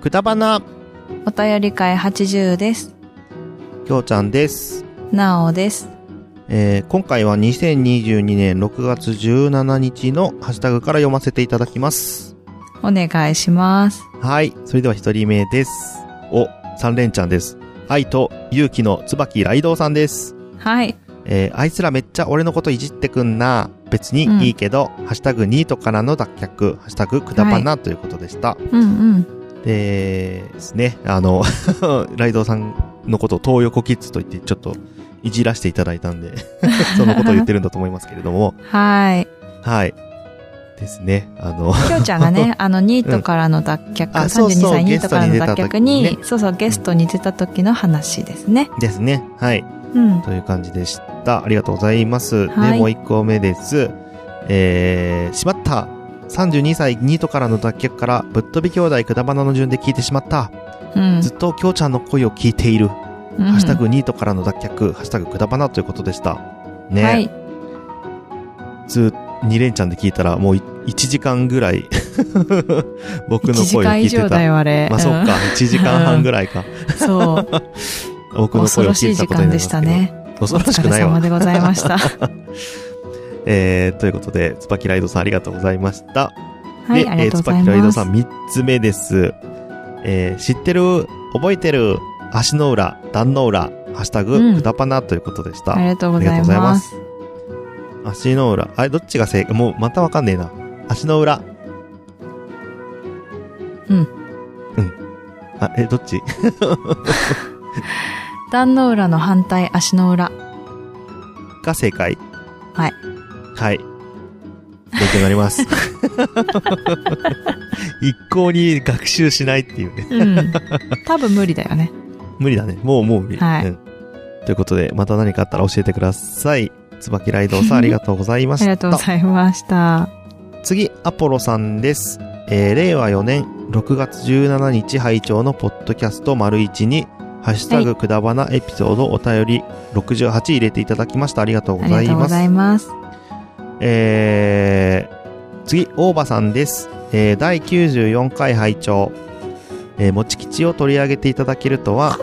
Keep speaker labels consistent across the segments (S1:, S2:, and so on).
S1: くだばな、
S2: お便り会80です。
S1: きょうちゃんです。
S2: なおです。
S1: えー今回は2022年6月17日のハッシュタグから読ませていただきます。
S2: お願いします。
S1: はい。それでは一人目です。お、三連ちゃんです。愛と勇気の椿雷道さんです。
S2: はい。
S1: えーあいつらめっちゃ俺のこといじってくんな。別にいいけど、ハッシュタグニートからの脱却、ハッシュタグくだばな、ということでした。
S2: うんうん。
S1: でですね、あの、 ライドウさんのことを東横キッズと言ってちょっといじらせていただいたんで、 そのことを言ってるんだと思いますけれども、
S2: はい。
S1: はい。ですね、あの、
S2: きょうちゃんがね、あの、ニートからの脱却、
S1: あそう
S2: 32
S1: そう
S2: 歳ニートからの脱
S1: ゲス
S2: 却
S1: トに出た
S2: に
S1: 時、
S2: そうそう、ゲストに出た時の話ですね。
S1: ですね、はい。
S2: うん。
S1: という感じでした。ありがとうございます。
S2: はい
S1: で、もう一個目です。えー、しまった。32歳ニートからの脱却から、ぶっ飛び兄弟くだばなの順で聞いてしまった。
S2: うん。
S1: ずっときょうちゃんの声を聞いている。
S2: うん
S1: ハッシュタグニートからの脱却、ハッシュタグくだばなということでした。ね。
S2: はい。
S1: ず2連チャンで聞いたらもう1時間ぐらい 僕
S2: 1
S1: の
S2: 時
S1: 声を
S2: 間
S1: 聞
S2: 以
S1: いて
S2: 上だ
S1: た。
S2: よ、あれ。
S1: まあそっか、1時間半ぐらいか。
S2: う ん。そう。
S1: 僕の
S2: 恐
S1: 声を
S2: ろし
S1: 聞
S2: い
S1: いた
S2: 時
S1: ことに
S2: 間
S1: なり
S2: で
S1: ま
S2: し
S1: すけど
S2: た。ね。
S1: 恐ろしく
S2: お疲
S1: な
S2: れ
S1: いわ
S2: 様。でございました。
S1: えー、ということで、つばきライドさんありがとうございました。
S2: は
S1: で
S2: い、ありがとうござ
S1: えー
S2: い
S1: つばきライド
S2: ま
S1: さん
S2: す。
S1: 3つ目です。えー、知ってる、覚えてる、足の裏、壇の裏、ハッシュタ
S2: う
S1: グ、
S2: ん
S1: くだぱなということでした。
S2: ありがとうござい
S1: ありがとうござい
S2: ま。
S1: ます足の裏。あれ、どっちが正解もう、またわかんねえな。足の裏。
S2: うん。
S1: うん。あ、え、どっち
S2: 壇の裏の反対、足の裏。
S1: が正解
S2: はい。
S1: はい。勉強になります。 一向に学習しないっていうね。
S2: うん。多分無理だよね。
S1: 無理だね。もう、もう無理。
S2: はい
S1: うんということで、また何かあったら教えてください。椿ライドウさん、ありがとうございま
S2: あ
S1: し
S2: り
S1: た。
S2: がとうございました。
S1: 次、アポロさんです。えー令和4年6月17日拝聴のポッドキャスト丸一に、ハッシュタ
S2: は
S1: グくだばなエピソードお便り68入れていただきました。ありがとう
S2: あ
S1: ござ
S2: り
S1: い
S2: がとうご
S1: ます。
S2: ざいます。
S1: えー、次、大場さんです。えー第94回拝聴えー、もち吉を取り上げていただけると は、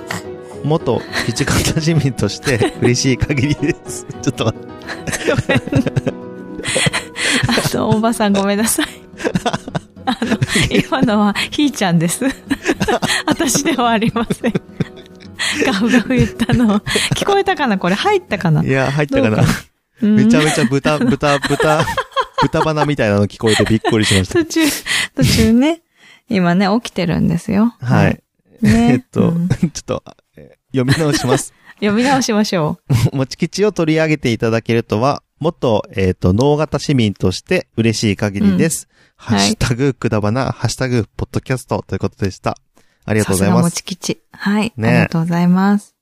S1: 元吉方市民として嬉しい限りです。 ちょっと待って
S2: あと、おばさんごめんなさい。あの、今のは、ひーちゃんです。私ではありません。ガフガフ言ったの。聞こえたかなこれ入ったかない
S1: や、入ったか
S2: ど
S1: な
S2: う。うん
S1: めちゃめちゃ 豚、豚、豚、豚鼻みたいなの聞こえてびっくりしました。
S2: 途中、途中ね。今ね、起きてるんですよ。
S1: はい。。
S2: ね。
S1: えっと
S2: うん
S1: ちょっと、え読み直します。
S2: 読み直しましょ
S1: 持ち吉を取り上げていただけるとは、元、えっ、と、脳型市民として嬉しい限りです。
S2: うん
S1: ハッシュタグ、くだばな、ハッシュタグ、ポッドキャストということでした。あ
S2: う。あ
S1: りがとうございま
S2: も
S1: す。
S2: ち吉。はい。
S1: ね
S2: ありがとうございます。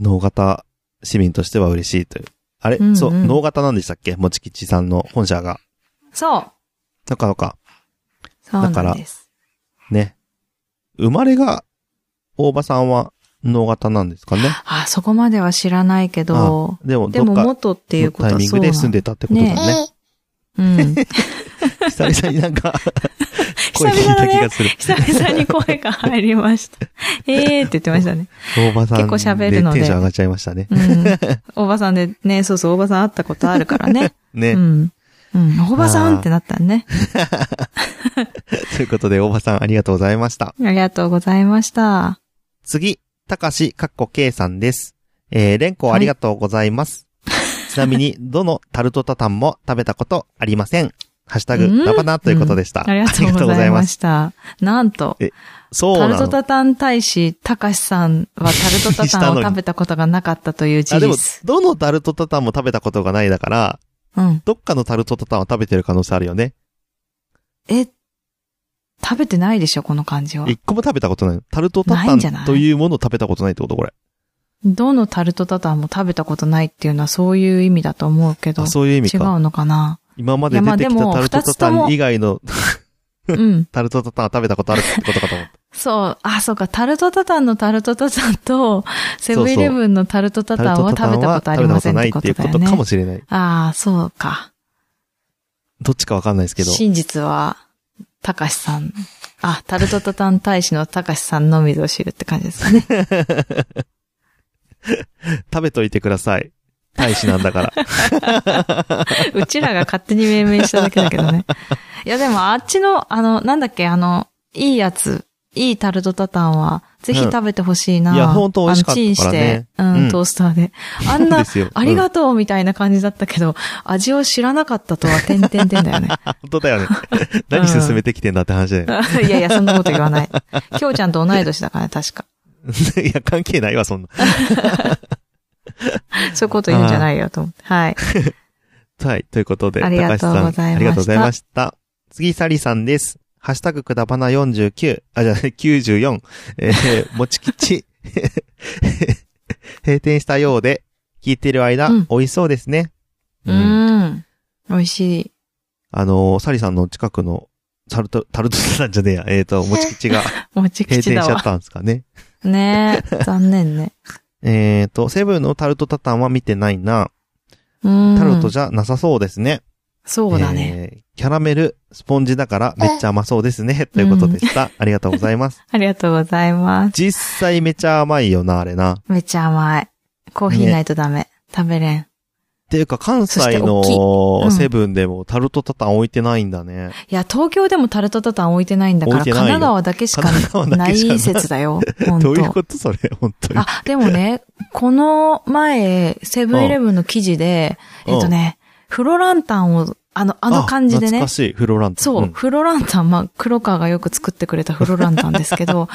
S1: 脳型市民としては嬉しいという。あれ、
S2: うんうん
S1: そう、脳型なんでしたっけもち吉さんの本社が。
S2: そう。
S1: なかなか、
S2: そう
S1: だか
S2: な
S1: ら
S2: んです。
S1: ね。生まれが、大場さんは脳型なんですかね。
S2: あ、そこまでは知らないけど、
S1: でも、
S2: で
S1: どっ
S2: も
S1: かの
S2: 元っていうこと
S1: タイ
S2: は
S1: ミン
S2: そう
S1: グ
S2: な
S1: で住んでたってことだね。
S2: うん。
S1: 久々になんか、 声
S2: 久
S1: 聞いた
S2: 々
S1: 気
S2: ね
S1: が、する。
S2: 久々に声が入り ました。えーって言ってましたね。
S1: 大場さんで。
S2: 結構喋るので
S1: テンション上がっちゃいましたね。
S2: うん。おばさんでね、そうそう、おばさん会ったことあるか らね。
S1: ね。
S2: うん。うん。おばさんってなったね。
S1: ということで、大場さんありがとうございました。
S2: ありがとうございました。
S1: 次、たかし、かっこ K さんです。えー、れんこありがとうございます。ちなみに、どのタルトタタンも食べたことありません。ハッシュタ
S2: うん
S1: グ、ラバナということでした。
S2: ありがとうございました。なんと、
S1: そう
S2: タル
S1: な
S2: ト
S1: の。
S2: タタン大使、たかしさんはタルトタタン を食べたことがなかったという事
S1: あ、でも
S2: 実、。
S1: どのタルトタタンも食べたことがないだから、
S2: うん。
S1: どっかのタルトタタンは食べてる可能性あるよね。
S2: え、食べてないでしょ、この感じは。
S1: 一個も食べたことないの。タルトタ
S2: な
S1: タ
S2: いんじゃな
S1: ン
S2: い
S1: というものを食べたことないってことこれ。
S2: どのタルトタタンも食べたことないっていうのはそういう意味だと思うけど。
S1: あ、そういう意味
S2: 違
S1: か。
S2: うのかな
S1: 今まで出てきたタルトタタン以外の
S2: うん。
S1: タルトタタンは食べたことあるってことかと思った。
S2: そう。あ、そうか。タルトタタンのタルトタタン と、セブンイレブンのタルトタタンは食べたことありませんって
S1: 食べたことない
S2: ことだよ
S1: っていうことか
S2: ね
S1: も。しれない。
S2: ああ、そうか。
S1: どっちかわかんないですけど。
S2: 真実は、たかしさんあ、タルトタタン大使のたかしさんのみぞ知るって感じですかね。
S1: 食べといてください。大使なんだから。
S2: うちらが勝手に命名しただけだけ どね。いや、でもあっちの、あの、なんだっけ、あの、いいやつ、いいタルトタタンは、ぜひ食べてほしいな、
S1: うんいやほんと美味しかったからね
S2: あのチン
S1: う
S2: して、う、
S1: んん
S2: トースターで。あん
S1: で
S2: な、
S1: すよ。
S2: ありがとうみたいな感じだったけど、味を知らなかったとは、てんてんてんだよね。
S1: うん。本当だよね。何進めてきてんだって話だよね。
S2: いやいや、そんなこと言わない。きょうちゃんと同い年だからね、確か。
S1: いや、関係ないわ、そんな。
S2: そういうこと言うんじゃないよ、と思って。はい。
S1: はい。ということで、
S2: ありがとう
S1: 高橋
S2: ございました
S1: さんありがとうございました。次、サリさんです。ハッシュタグくだばな49、あ、じゃあ、94、え ー、もち 吉。閉店したようで、聞いてる間、
S2: うん
S1: 美味しそうですね。
S2: う。ん。美味しい。
S1: あのーサリさんの近くの、タルト、タルトさんじゃねえや、えっ、と、もち吉 が
S2: もち
S1: 閉店
S2: 吉
S1: しち
S2: だ
S1: ゃっ
S2: わ。
S1: たんですかね。
S2: ねえ。残念ね。
S1: えっと、セブンのタルトタタンは見てないな。
S2: うん。
S1: タルトじゃなさそうですね。
S2: そうだね。
S1: えーキャラメル、スポンジだからめっちゃ甘そうですね。ということでした。ありがとうござい ます。
S2: ありがとうございます。
S1: 実際めちゃ甘いよな、あれな。っ
S2: めっちゃ甘い。コーヒーないとダメ。食べれん。
S1: ていうか、関西
S2: そして
S1: の
S2: うん
S1: セブンでもタルトタタン置いてないんだね。
S2: いや、東京でもタルトタタン置いてないんだから、
S1: 置い
S2: 神
S1: てないよ
S2: 奈川だけしか
S1: 神奈川だ
S2: な
S1: けしかない
S2: い説だよ。本
S1: どういう
S2: 当
S1: ことそれ、本当に。
S2: あ、でもね、この前、セブンイレブンの記事で、
S1: うん
S2: えっとね、フロランタンを、あの、あの感じで
S1: 懐
S2: ね
S1: か、しい、フロランタン。
S2: そう、
S1: ん
S2: フロランタン、まあ、黒川がよく作ってくれたフロランタンです けど、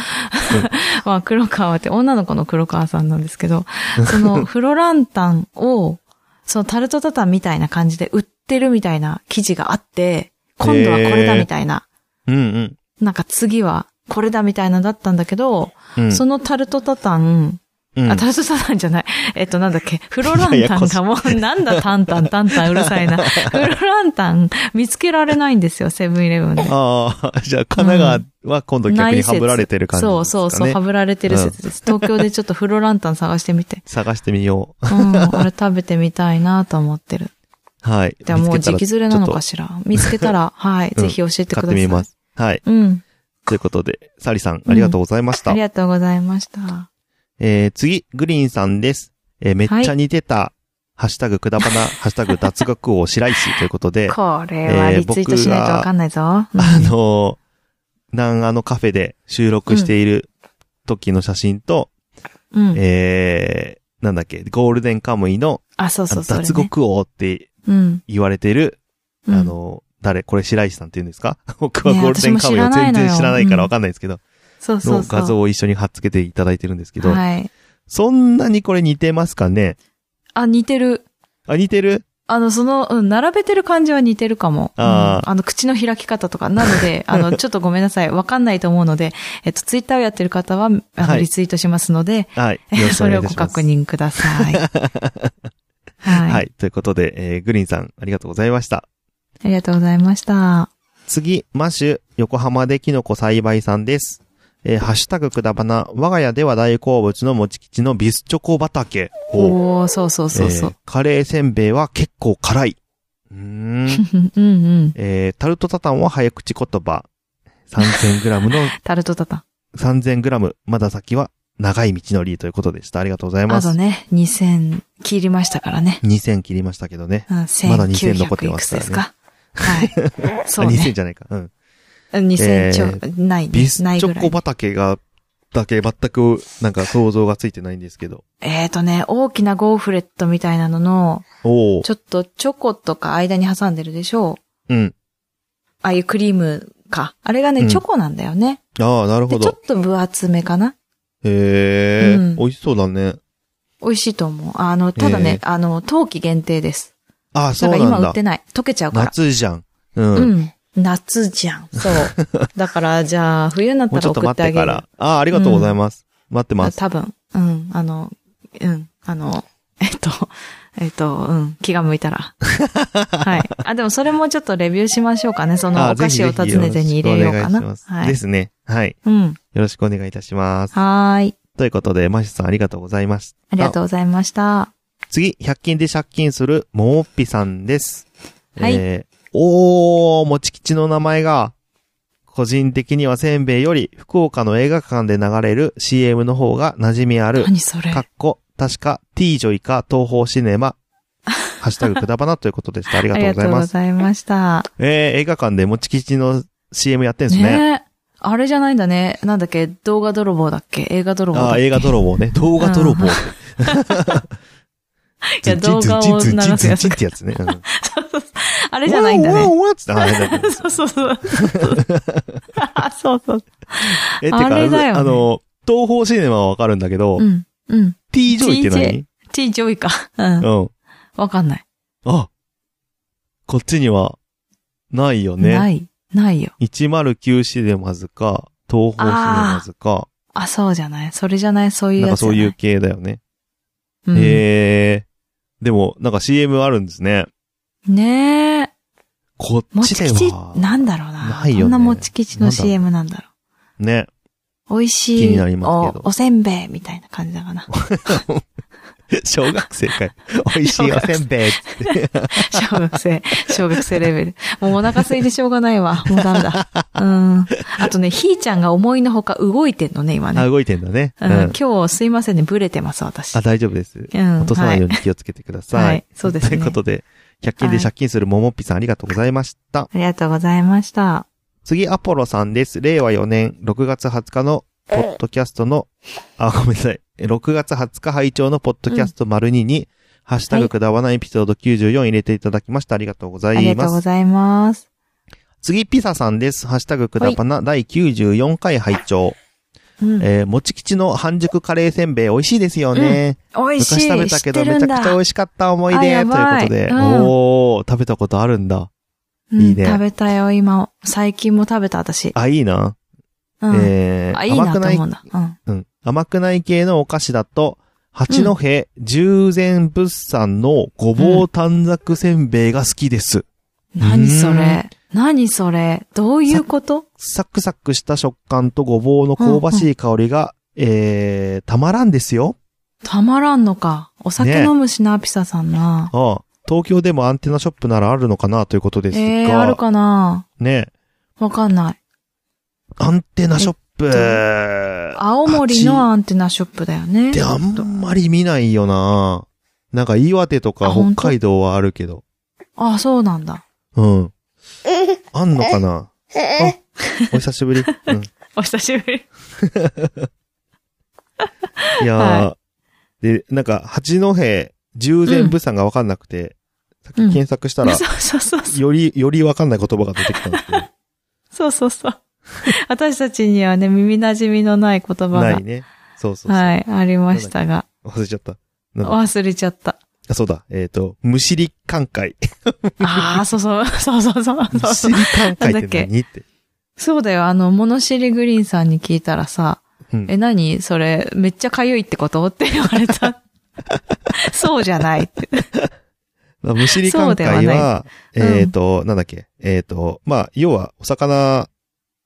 S2: まあ、黒川って女の子の黒川さんなんですけど、そのフロランタンを、そのタルトタタンみたいな感じで売ってるみたいな記事があって、今度はこれだみたいな、
S1: うん
S2: なんか次はこれだみたいなのだったんだけど、
S1: うん。うん、
S2: そのタルトタタン、
S1: うん
S2: あ、タルトタタンじゃない。えっと、なんだっけ。フロラン
S1: いやや
S2: タ
S1: や
S2: ン
S1: こしい
S2: がもう、なんだ、タンタン、タンタン、うる さいな。フロランタン、見つけられないんですよ、セブンイレブンで。
S1: ああ、じゃあ、神奈川は今度逆にハブられてる感じ、ですか
S2: そ
S1: ね。
S2: うそうそう、はぶられてる説です。東京でちょっとフロランタン探してみて
S1: 探してみよう。
S2: うん、あれ食べてみたいなと思ってる。
S1: はい。
S2: じゃあもう
S1: 見つけた
S2: 時
S1: ら
S2: 期ずれなの
S1: ちょ
S2: か
S1: っ
S2: しら。見つけた ら、はい、
S1: うん
S2: ぜひ教えて
S1: と買
S2: くださ
S1: っ
S2: い。
S1: てみます。はい。
S2: うん。
S1: ということで、サリさん、ありがとうございました。
S2: ありがとうございました。
S1: えー、次、グリーンさんです。えーめっちゃ似てた、ハッシュタグく だばな、ハッシュタグ脱学王白石ということで、あ
S2: これはリツイートしないとわかんないぞ。うん
S1: のー、南あのカフェで収録している時の写真と、
S2: うん。
S1: えー、なんだっけ、ゴールデンカムイの
S2: あ、そう
S1: あ
S2: そ
S1: の
S2: う、それ
S1: 脱
S2: ね。
S1: 獄王って
S2: うん。
S1: 言われてる、
S2: うん
S1: あ、のー、誰これ白石さんって言うんですか 僕は
S2: ね
S1: ゴールデンカムイを全
S2: 私も知らないの
S1: 然
S2: よ
S1: 知らないか
S2: うん
S1: らわかんないですけど、
S2: そうそう
S1: の
S2: そう。
S1: 画像を一緒に貼っつけていただいてるんですけど、
S2: はい。
S1: そんなにこれ似てますかね
S2: あ、似てる。
S1: あ、似てる
S2: あの、その、うん、並べてる感じは似てるかも。うん
S1: あー
S2: あの、口の開き方とか。な ので、あの、ちょっとごめんなさい。わかんないと思うので、えっと、ツイッターをやってる方は、あ
S1: は
S2: の、
S1: い
S2: リツイートしますので、
S1: はい。
S2: え
S1: よろしく
S2: そ
S1: お
S2: れ
S1: 願い
S2: を
S1: いたしま
S2: ご
S1: す
S2: 確認く ださい。はい、
S1: はい。ということで、えー、グリーンさん、ありがとうございました。
S2: ありがとうございました。
S1: 次、マッシュ、横浜でキノコ栽培さんです。えー、ハッシュタグくだばな、我が家では大好物のもち吉のビスチョコ畑。う。
S2: おおそうそうそうそ
S1: え
S2: う
S1: ー。カレーせんべいは結構辛い。うー ん。
S2: うんうん。
S1: えー、タルトタタンは早口言葉。3000g の、
S2: タルトタタン。
S1: 3000g、まだ先は長い道のりということでした。ありがとうございま
S2: あ
S1: す。
S2: とね、2000切りましたからね。
S1: 2000切りましたけどね。
S2: うん、
S1: まだ2000
S2: 1900
S1: 残って
S2: い
S1: ま
S2: く
S1: す
S2: つ
S1: か
S2: で
S1: らね
S2: すか。はい。そ
S1: あ
S2: う
S1: 2000
S2: ね。
S1: じゃないか。うん。
S2: うん2000ちょ、
S1: え
S2: ない、ね。
S1: ビスチ
S2: ないぐ
S1: ョ
S2: らい
S1: コ。畑が、だけ全く、なんか想像がついてないんですけど。
S2: えーとね、大きなゴーフレットみたいなのの、
S1: おお。
S2: ちょっとチョコとか間に挟んでるでしょう
S1: うん。
S2: ああいうクリームか。あれがね、
S1: うん
S2: チョコなんだよね。
S1: ああ、なるほ
S2: で、ちょ
S1: ど
S2: っ。と分厚めかな。
S1: へえ、
S2: うん
S1: 美味しそうだね。
S2: 美味しいと思う。あの、ただね、あの、冬季限定です。
S1: ああ、
S2: だ
S1: そ
S2: か
S1: う
S2: ら
S1: な
S2: 今
S1: ん
S2: 売っ
S1: だ。
S2: てない。溶けちゃうから。
S1: 夏じゃん。うん。
S2: うん。夏じゃん。そう。だから、じゃあ、冬になっ
S1: も
S2: た
S1: うちょ
S2: ら
S1: っと
S2: 送
S1: 待
S2: っ
S1: って
S2: あ
S1: て
S2: げ
S1: か
S2: る。
S1: ら。ああ、ありがとうございます。待ってます。
S2: 多分。うん。あの、うん。あの、 えっと、えっと、うん。気が向いた ら。はい。あ、でもそれもちょっとレビューしましょうかね。その
S1: あ
S2: お菓子を
S1: ぜ
S2: 訪
S1: ひぜひ
S2: ねてに入れようか
S1: ろしくお願
S2: な。
S1: いしますで
S2: い。
S1: すね。はい。
S2: うん。
S1: よろしくお願いいたします。
S2: はーい。
S1: ということで、マシュさんありがとうございました。
S2: ありがとうございました。
S1: 次、100均で借金する、もおっぴさんです。
S2: はい
S1: えー、おー、もち吉の名前が、個人的にはせんべいより福岡の映画館で流れる CM の方が馴染みある。
S2: 何それ
S1: かっこ、確か T ジョイか東方シネマ。ハッシュタグくだばなということでした。ありが
S2: あ
S1: とう
S2: り
S1: ござ
S2: がと
S1: いう
S2: ご
S1: ます。
S2: ざいました。
S1: えー、映画館でもち吉の CM やってんですね。
S2: ねえあれじゃないんだね。なんだっけ動画泥棒だっけ映画泥棒だっ
S1: あ
S2: け
S1: ー映画泥棒ね。動画泥棒。い
S2: いや動画を流すやつ
S1: ズンチンってやつね。うん
S2: あれじゃないんだ
S1: うわ
S2: ね。
S1: うわうわっつってああれだ
S2: そうそう そう。そうそう。
S1: え、て
S2: あれだ
S1: か、
S2: よね
S1: あの、東方シネマはわかるんだけど
S2: う、ん。うん。
S1: T ジョイって何
S2: T 上位か。うん。
S1: うん。
S2: わかんない。
S1: あ、こっちには、ないよ
S2: な
S1: ね。
S2: い。ないよ。
S1: 109シネマズか、東方シネマズか、
S2: あ、そうじゃない。それじゃない。そういう
S1: なん
S2: や
S1: か
S2: つじ
S1: そ
S2: ゃ
S1: う
S2: ない。
S1: いう系だよね。
S2: うん
S1: へえ。でも、なんか CM あるんですね。
S2: ねえ。
S1: こっ
S2: も
S1: ち
S2: ち
S1: で
S2: 吉
S1: は、、
S2: なんだろうな。
S1: ないよね
S2: こんなもち吉の
S1: なんだろう
S2: CM なんだろ
S1: ね。
S2: う。美味し
S1: 気
S2: い。
S1: になりますけど
S2: お、おせんべいみたいな感じだ かな。
S1: 小学生かい。美味しいおせんべいっつって。
S2: 小学生、小学生レベル。もうお腹空いてしょうがないわ。もうダメだ。うん。あとね、ひーちゃんが思いのほか動いてんのね、今
S1: あ、
S2: ね。
S1: 動いてんだね。う。
S2: うんん、今日すいませんね、ブレてます、私。
S1: あ、大丈夫です。
S2: うん。
S1: 落とさないよう
S2: はい
S1: に気をつけてください。
S2: はいそうですね
S1: という ことで、100均で借金するももっぴさんありがとうございました。
S2: ありがとうございました。
S1: 次、アポロさんです。令和4年6月20日の、ポッドキャストの、あ、ごめんなさい。え6月20日拝聴のポッドキャスト02に、ハッシュタグくだわないエピソード94入れていただきました。ありがとうござ
S2: あ
S1: い
S2: りが
S1: ま
S2: とうご
S1: す。
S2: ざいます。
S1: 次、ピサさんです。ハッシュタグくだばな第94回拝聴。
S2: うん。美
S1: えー、もち吉の半熟カレーせんべい美味しいですよね。
S2: 味しい。
S1: 昔食べたけ
S2: 知
S1: ど
S2: っ
S1: め
S2: てるん
S1: ちゃ
S2: だ
S1: くちゃ美味しかった思い
S2: あ
S1: 出。
S2: や
S1: と
S2: ば
S1: いうこ
S2: い
S1: とで、
S2: うん
S1: おー、食べたことあるんだ。いいね
S2: うん食べたよ、今。最近も食べた、私。
S1: あ、いいな。
S2: うん。
S1: えー
S2: あ、いいな
S1: 甘く
S2: と
S1: ない
S2: 思うんだ。うん。
S1: うん。甘くない系のお菓子だと、八戸十全物産のごぼう短冊せんべいが好きです。
S2: 何それ何それどういうこと
S1: サクサクした食感とごぼうの香ばしい香りが、えー、たまらんですよ。
S2: たまらんのか。お酒
S1: ね
S2: 飲むしな、ピサさんな。
S1: ああ東京でもアンテナショップならあるのかなということですが、
S2: ええー、あるかな
S1: ね、
S2: わかんない。
S1: アンテナショップ、
S2: 青森の
S1: っ
S2: アンテナショップだよね。
S1: てあんまり見ないよな。なんか岩手と
S2: あ
S1: か
S2: ほ
S1: 北
S2: んと
S1: 海道はあるけど。
S2: あ、そうなんだ。
S1: うん。あんのかなあお久しぶり。うん、
S2: お久しぶり。
S1: い やー、で、なんか、八戸十全部産がわかんなくて、さっき検索した
S2: そう
S1: ら、
S2: そうそう。
S1: より、よりわかんない言葉が出てきたん ですけど、
S2: そうそうそう。私たちにはね、耳馴染みのない言葉
S1: な
S2: が
S1: い、ね。そうそうそう。
S2: はい、ありましたが、
S1: 忘れちゃった。なんだ
S2: 忘れちゃった。
S1: あそうだ、えっ、と、むしり寛解。
S2: ああ、そうそう、 そうそう そう
S1: む
S2: そ
S1: し
S2: う。
S1: り寛解って
S2: なん
S1: 何って。
S2: そうだよ、あの、物知りグリーンさんに聞いたらさ、
S1: うん
S2: え、何それ、めっちゃかゆいってことって言われた。 そうじゃないって。
S1: まあむしり寛
S2: そう
S1: 解
S2: で
S1: は、
S2: はうん
S1: えっ、と、なんだっけ、えっ、と、まあ、要は、お魚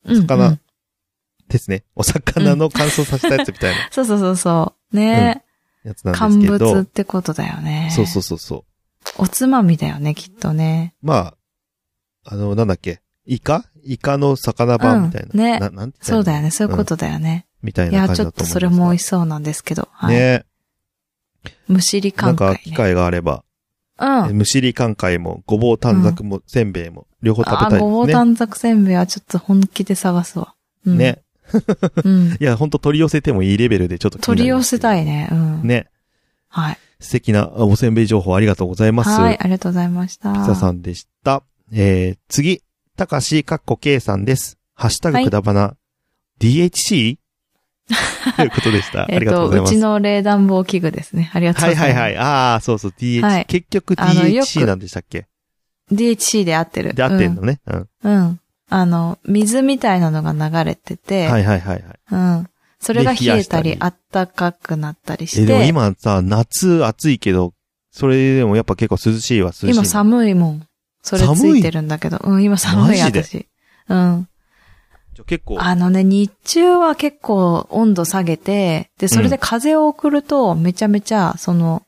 S2: うん、
S1: 魚
S2: うん
S1: ですね。お魚の乾燥させたやつみたいな
S2: そうそうそうそう。ね、
S1: やつなん
S2: 乾
S1: ですけ
S2: 物っ
S1: ど、
S2: てことだよね。
S1: そうそうそうそう。
S2: おつまみだよね、きっとね。
S1: まあ、あの、なんだっけ、イカイカの魚版みたいな。
S2: うんね
S1: ななんて言
S2: そう
S1: った
S2: だ
S1: らいいの
S2: よね、そういうことだよね。
S1: みたい
S2: い
S1: な
S2: や、
S1: 感
S2: ち
S1: じ
S2: ょ
S1: だ
S2: っ
S1: と
S2: と
S1: 思います。
S2: それも美味
S1: し
S2: しそうなんですけど。はい。
S1: ね。
S2: むしり
S1: な
S2: 感
S1: んか
S2: 覚、
S1: 機
S2: ね。
S1: 会があれば、
S2: うん。
S1: むしり感慨も、ごぼう短冊も、せんべいも、両方食べた
S2: あ
S1: い
S2: ー、
S1: ですね。
S2: ごぼう短冊せんべいはちょっと本気で探すわ。うん、。
S1: ね。
S2: うん。
S1: いや、ほんと取り寄せてもいいレベルでちょっと気にな
S2: 取り
S1: りま
S2: 寄
S1: すけ
S2: せ
S1: ど
S2: たいね。うん。
S1: ね。
S2: はい。
S1: 素敵なおせんべい情報ありがとうございます。
S2: はい、ありがとうございました。
S1: ピザさんでした。えー、次、たかし、かっこけいさんです。ハッシュタグくだばな、DHC? ということでした。あ
S2: えっ
S1: りがとうございます
S2: うち。の冷暖房器具ですね。ありがとう
S1: は
S2: ご
S1: い
S2: ざ
S1: はい
S2: います。
S1: はい。ああ、そうそう、DH、
S2: はい
S1: 結局
S2: あのよ
S1: DHC
S2: く
S1: なんでしたっけ
S2: DHC で合ってる。
S1: で、合ってんのね。うん。
S2: うん。うん。あの、水みたいなのが流れてて、
S1: はいはいはいはい。
S2: うん。それが
S1: で
S2: 冷
S1: 冷や
S2: え
S1: した
S2: た
S1: り
S2: り、あったかくなったりして、
S1: え、でも今さ、夏暑いけど、それでもやっぱ結構涼しいは涼しい。
S2: 今寒いもん。それついてるんだけど、うん、今寒い
S1: マジで
S2: 私。うん。
S1: じゃあ結構、
S2: あのね、日中は結構温度下げて、で、それで風を送ると、めちゃめちゃ、その、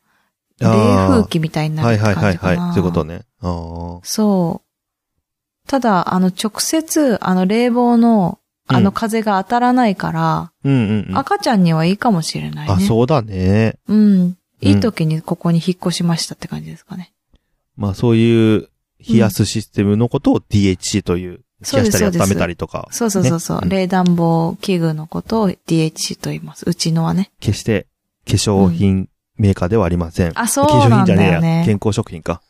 S2: 冷風機みたいにな
S1: は
S2: る
S1: い
S2: って
S1: はいは
S2: 感
S1: い
S2: じかな。
S1: はい。そういうことね。ああ。
S2: そう。ただ、あの、直接、あの、冷房の、あ
S1: う
S2: の、
S1: ん
S2: 風が当たらないから、
S1: うんうんうん。
S2: 赤ちゃんにはいいかもしれないね。
S1: あ、そうだね。
S2: う。ん。いい時にここに引っ越しましたって感じですかね。
S1: まあそういう冷やすシステムのことを DHC という、冷やしたり
S2: そうです
S1: 温めたりとか、
S2: そうそうそうそう。
S1: ねうん
S2: 冷暖房器具のことを DHC と言います。うちのはね。
S1: 決して化粧品メーカーではありません。
S2: あ、
S1: 化
S2: そ
S1: 粧
S2: う
S1: 品
S2: なん
S1: じゃねえ
S2: だ
S1: や
S2: よ。ね。
S1: 健康食品か。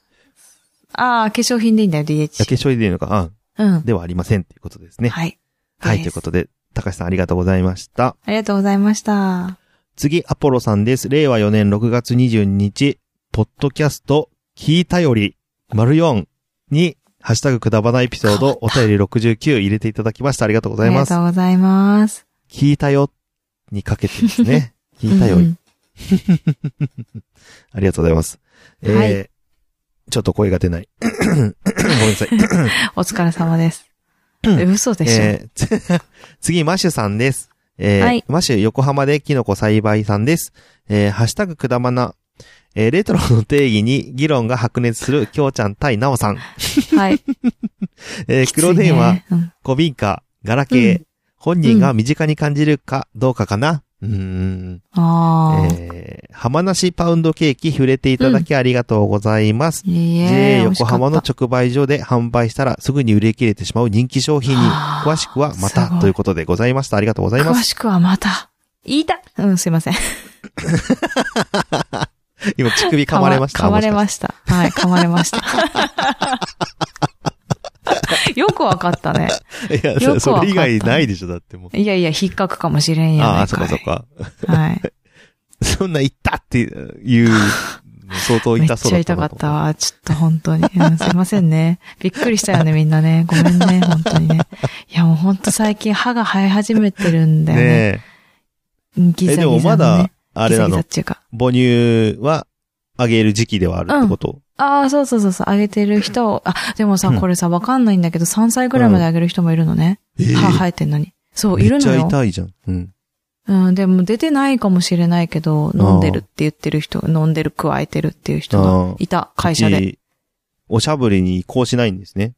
S2: ああ、化粧品でいいんだよ、
S1: 化
S2: DHC。
S1: 粧品でいいのか、
S2: うん
S1: うん、。ではありませんっていうことですね。はい、
S2: はい。
S1: ということで、高橋さんありがとうございました。
S2: ありがとうございました。
S1: 次、アポロさんです。令和4年6月22日、ポッドキャスト、聞いたより、丸4に、ハッシュタグくだばないエピソード、お便り69入れていただきました。ありがとうご
S2: あ
S1: ざい
S2: り
S1: ま
S2: が
S1: す
S2: と。うございます。
S1: 聞いたよにかけてです ね。聞いたよ
S2: うんうん
S1: ありがとうございます。えー
S2: は
S1: ちょっと声が出ない。 ごめんなさい。
S2: お疲れ様です。
S1: うん
S2: え嘘でしょ。
S1: えーつ 次、マシュさんです。えー
S2: はい
S1: マシュ横浜でキノコ栽培さんです。えーハッシュタグくだまな。えーレトロの定義に議論が白熱する、きょうちゃん対なおさん。
S2: はい。
S1: えー
S2: きついね
S1: 黒電話、
S2: うん
S1: 古民家、ガラケー、
S2: う
S1: 本人が身近に感じるかどうかかな。うーん。
S2: ああ。
S1: えー、浜梨パウンドケーキ触れていただきありがとうございます。
S2: いいえ
S1: JA
S2: 美味し
S1: 横
S2: かった
S1: 浜の直売所で販売したらすぐに売り切れてしまう人気商品に
S2: はあ
S1: 詳しくはます
S2: ご
S1: た
S2: い
S1: ということでございました。ありがとうございま
S2: 詳
S1: す。
S2: しくはまた。言いたうん、すいません。
S1: 今乳首噛まれました。
S2: 噛まれ
S1: もしか
S2: ました。はい、噛まれました。 よくわかったね。
S1: していや
S2: よくわかっ
S1: そ、
S2: た
S1: それ以外ないでしょ、だってもう。
S2: いやいや、引っかくかもしれんや
S1: あ
S2: な
S1: あ、
S2: い
S1: そっ
S2: か
S1: かそ
S2: い。
S1: っか。
S2: はい。
S1: そんな痛ったっていう、相当
S2: めっ
S1: 痛そう
S2: ちゃ
S1: だった
S2: 痛か
S1: な
S2: っ
S1: と
S2: たわ。ちょっと本当に。うん、すいませんね。びっくりしたよね、みんなね。ごめんね、本当にね。いや、もう本当最近歯が生え始めてるんだよね。
S1: ね
S2: うんギ
S1: え。
S2: ザ
S1: え、で
S2: ギザのね、
S1: もまだ、あれな
S2: ギザギザ
S1: の
S2: っ、ていうか。
S1: 母乳はあげる時期ではあるってこと、
S2: ああ、そうそうそうそう、あげてる人を、あ、でもさ、
S1: うん
S2: これさ、わかんないんだけど、3歳ぐらいまであげる人もいるのね。
S1: ええ
S2: 歯生えてんのに。そう、い
S1: め
S2: る
S1: っち
S2: の
S1: ゃ
S2: よ。
S1: 痛いじゃん。うん。
S2: うん、でも出てないかもしれないけど、飲んでるって言ってる人、飲んでる、加えてるっていう人
S1: あ
S2: が
S1: あ
S2: いた、会社で。
S1: で。おしゃぶりに移行しないんですね。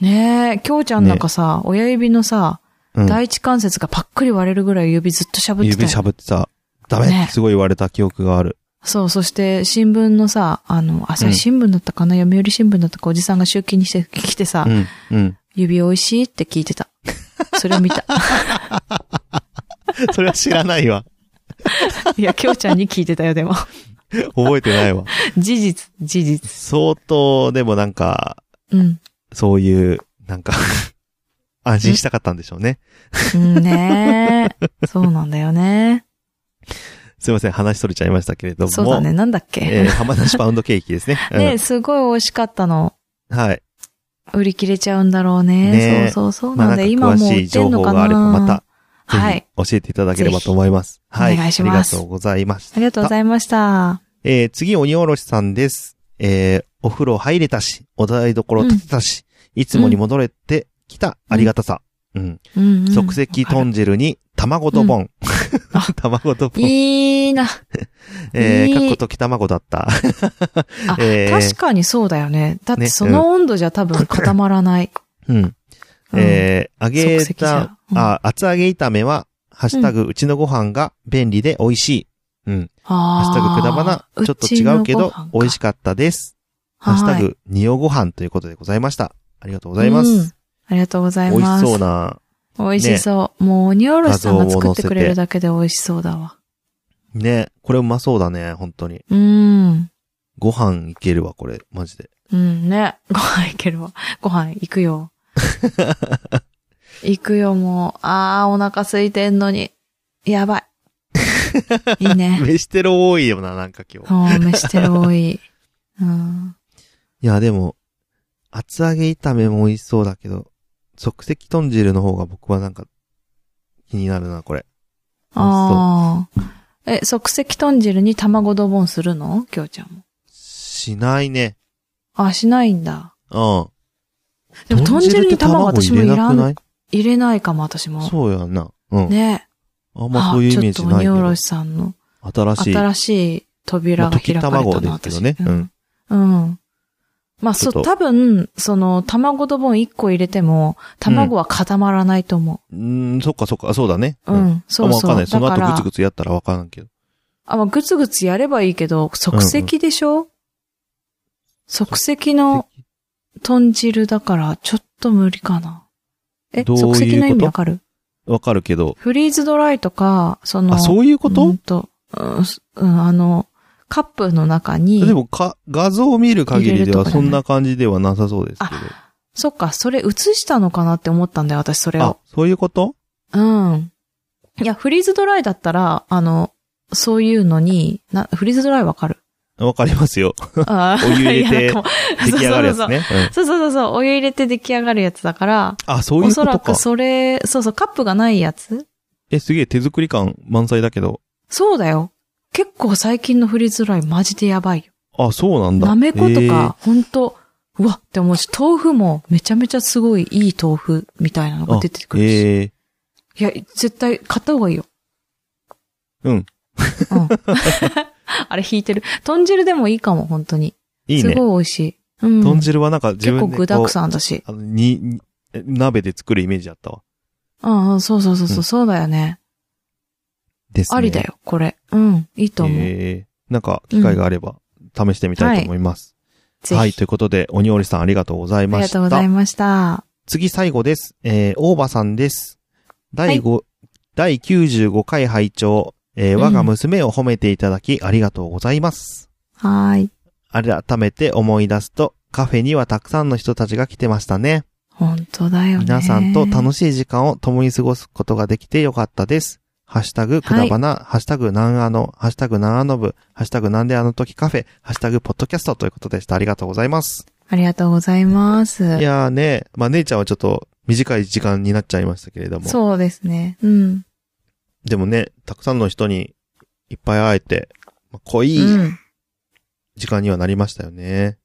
S2: ねえ、きょうちゃんなんかさ、親指のさ、
S1: うん、
S2: 第一関節がパックリ割れるぐらい指ずっとしゃぶってた
S1: 指
S2: よ
S1: しゃぶってさ、ダメっ
S2: ね
S1: てすごい言われた記憶がある。
S2: そう、そして新聞のさ、あの、朝
S1: うん
S2: 日新聞だったかな、読売新聞だったか、おじさんが集勤にしてきてさ、
S1: うん、うん。
S2: 指美味しいって聞いてた。それを見た。
S1: それは知らないわ。
S2: いや、きょうちゃんに聞いてたよ、で も。
S1: 覚えてないわ。
S2: 事実、事実。
S1: 相当、でもなんか、
S2: うん。
S1: そういう、なんか、 安心したかったんでしょうね。
S2: うんねえ。そうなんだよね。
S1: すいません、話取れちゃいましたけれども。
S2: そうだね、なんだっけ。
S1: えー浜梨パウンドケーキですね。
S2: ね、すごい美味しかったの。
S1: うん、はい。
S2: 売り切れちゃうんだろうね。
S1: ねえ
S2: そうそうそう
S1: まあな
S2: な
S1: んんか
S2: で、今
S1: 詳
S2: もう
S1: し
S2: 売
S1: い
S2: って
S1: 情
S2: んの
S1: 報
S2: か
S1: があ
S2: な
S1: ればまた、
S2: は
S1: ぜ
S2: い。
S1: ひ教えていただければと思います。
S2: ひ
S1: はい。
S2: お願いします
S1: ありがとうございました
S2: ありがとうございました。
S1: えー次、鬼おろしさんです。えーお風呂入れたし、お台所立てたし、いつもに戻れてきたありがたさ。うん。
S2: うん、うん。
S1: 即席豚汁に、卵とぼん。 卵とぼん。
S2: いいな。
S1: え
S2: い
S1: ー、
S2: い
S1: かっこ時卵だった。
S2: あ、
S1: えー
S2: 確かにそうだよね。だって
S1: ね
S2: その温度じゃ多分固ま らない。
S1: うん。
S2: うん
S1: えー揚げ
S2: 即席じゃ
S1: た、
S2: うん
S1: あ、厚揚げ炒めは、ハッシュタグ、うちのご飯が便利で美味しい。うん。ハッ
S2: あ
S1: シュタグくだばな、ちょっと違うけど、美味し
S2: く
S1: かったです。ハッシュタグ、におご飯ということでございました。ありがとうご
S2: ご
S1: ざいます。
S2: ありがとうござい
S1: 美味
S2: ま
S1: し
S2: す。
S1: そうな
S2: 美味しそう。もう、鬼おろしさんが作ってくれ
S1: 画
S2: る
S1: 像
S2: だけで美味しそうだわ。
S1: ね、これうまそうだね、本当に。
S2: うん。
S1: ご飯いけるわ、これ、マジで。
S2: うんね。 ご飯いけるわ。ご飯行 くよ。行くよ、もう。あー、お腹空いてんのに。やばい。い いね。
S1: 飯テロ多いよな、なんか今日。
S2: うん、飯テロ多い。うん。
S1: いや、でも、厚揚げ炒めも美味しそうだけど、即席豚汁の方が僕はなんか、気になるな、これ。美味しそう
S2: ああ。え、即席豚汁に卵ドボンするのきょうちゃんも。
S1: しないね。
S2: あ、しないんだ。
S1: うん。
S2: でも豚汁に卵
S1: 豚
S2: 私
S1: 汁
S2: も
S1: って
S2: い
S1: 卵入れ
S2: ら、
S1: なんく
S2: 入れないかも、私
S1: な
S2: も
S1: い。そうやんな。うん。
S2: ね。
S1: あんまそういうイメージない
S2: あち
S1: け
S2: ょっと鬼
S1: ど
S2: おろ。しさんの
S1: 新しい。
S2: 新しい扉が開かれたな、
S1: まあ溶き卵ですけどね
S2: 私うん。うん。まあ、そ
S1: ちょ
S2: う、
S1: っと
S2: 多分、その、卵ドボン1個入れても、卵は固まらないと思
S1: うーん、そっかそっか、あそうだね。
S2: う。うん、
S1: あ
S2: そうそ
S1: わ
S2: う。
S1: かんない。その
S2: だか
S1: 後
S2: ら
S1: ぐつぐつやったらわからんけど。
S2: あ、まあ、ぐつぐつやればいいけど、即席でしょ、即席の豚汁だから、ちょっと無理かな。え、
S1: どういうこと
S2: 即席の意味わかる
S1: わかるけど。
S2: フリーズドライとか、その、
S1: あ、そういうこ
S2: う
S1: と
S2: んと、うん、すうんあの、カップの中に、
S1: でも、か、画像を見る限りでは
S2: 入れるとかじ
S1: そ
S2: ゃない
S1: んな感じではなさそうですけど。
S2: そっか、それ映したのかなって思ったんだよ、私それ
S1: あ
S2: を。、
S1: そういうこと
S2: うん。いや、フリーズドライだったら、あの、そういうのに、な、フリーズドライわ かる
S1: わかりますよ。
S2: あー
S1: お湯入れて
S2: いやなんかもう
S1: 出来上がるやつね。うん
S2: そうそうそうそうそうそう、お湯入れて出来上がるやつだから、
S1: あ、そうい
S2: お
S1: うこ
S2: そ
S1: と
S2: ら
S1: か
S2: く。それ、そうそう、カップがないやつ
S1: え、すげえ手作り感満載だけど。
S2: そうだよ。結構最近のフリーズドライマジでやばいよ。
S1: あ、そうなんだ。
S2: なめこ
S1: え
S2: と
S1: ー
S2: か、ほんと、うわって思うし、豆腐もめちゃめちゃすごいいい豆腐みたいなのが出てくるし。
S1: ええ
S2: いや、絶対買った方がいいよ。
S1: うん
S2: うん。 あれ引いてる。豚汁でもいいかも、本当に。
S1: いいね
S2: す。ごい美味しい。うん。
S1: 豚汁はなんか自
S2: 結構
S1: 分でこ
S2: 具
S1: う
S2: 沢山だし。
S1: あの、に、にえ鍋で作るイメージだったわ。
S2: うんうん、そうそうそうそう、
S1: うん
S2: そうだよね。
S1: ですね。
S2: ありだよ、これ。うん、いいと思う。
S1: えーなんか、機会があれば、試してみたいと思います。
S2: ぜひ。
S1: はい、ということで、鬼折さんありがとうござい
S2: あり
S1: ま
S2: が
S1: した。
S2: とうございました。
S1: 次最後です。えー、大場さんです。第5、第95回拝聴えー、
S2: うん
S1: 我が娘を褒めていただきありがとうございます。
S2: はーい。
S1: 改めて思い出すと、カフェにはたくさんの人たちが来てましたね。
S2: 本当だよね。
S1: 皆さんと
S2: し
S1: 楽しい時間を共に過ごすことができてよかったです。ハッシュタグ、くだばな、ハッシュタグ、なんあの、ハッシュタグ、なんあのぶ、ハッシュタグ、なんであの時カフェ、ハッシュタグ、ポッドキャストということでした。ありがとうございます。
S2: ありがとうございます。
S1: いやーね、まあ、姉ちゃんはちょっと短い時間になっちゃいましたけれども。
S2: そうですね。うん。
S1: でもね、たくさんの人にいっぱい会えて、まあ濃い
S2: うん。
S1: 時間にはなりましたよね。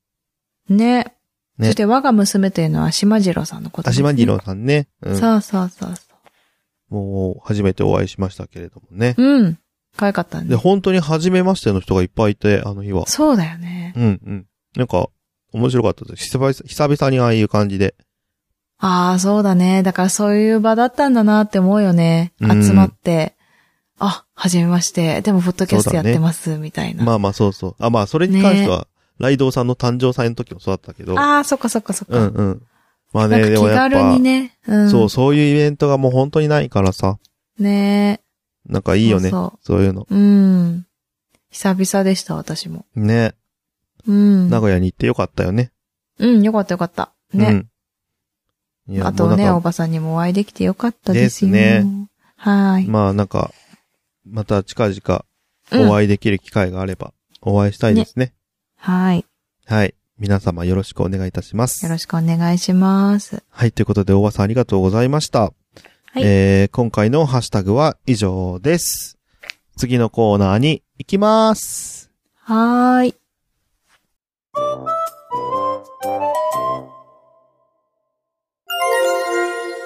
S2: ね。
S1: ね
S2: そして我が娘というのは島次郎さんのこと
S1: あ
S2: で
S1: し
S2: す、ね。
S1: まぎろさんね、うん
S2: そうそうそうそ
S1: もう初めてお会いしましたけれどもね。
S2: う。うん。可愛かった
S1: で、
S2: ね。
S1: 本当に初めましての人がいっぱいいて、あの日は。
S2: そうだよね。
S1: うんうん。なんか、面白かったです。久々久々にああいう感じで。
S2: ああ、そうだね。だからそういう場だったんだなって思うよね。
S1: うん
S2: 集まって。あ、はじめまして。でも、ポッドキャストやってます、みたいな。
S1: まあまあそうそう。あ、まあそれに関しては、ライドウさんの誕生祭の時もそうだったけど。
S2: ああ、そっかそっかそっ
S1: う
S2: か。
S1: んうん。まあ
S2: なん
S1: ね、
S2: か
S1: で
S2: 気
S1: もやっ
S2: 軽
S1: ぱ、
S2: にね。うん。
S1: そう、そういうイベントがもう本当にないからさ、
S2: ね
S1: なんか
S2: え
S1: いいよね。そう
S2: そ
S1: いうの。
S2: うそう。うん。久々でした、私も。
S1: ね。
S2: うん。
S1: 名古屋に行ってよかったよね。
S2: うん、よかったよかった。ね。
S1: うん。いや
S2: あとね、
S1: もうな
S2: お
S1: んか
S2: ばさんにもお会いできてよかったですよ。
S1: です
S2: はーい。
S1: まあなんか、また近々お
S2: い。
S1: 会いできる機会があれば、お会いしたいですね。
S2: はい。
S1: はい。皆様よろしくお願いいたします
S2: よ。ろしくお願いします。
S1: はい。ということで、大場さんありがとうございました。
S2: はい
S1: えー、今回のハッシュタグは以上です。次のコーナーに行きます。
S2: はーい。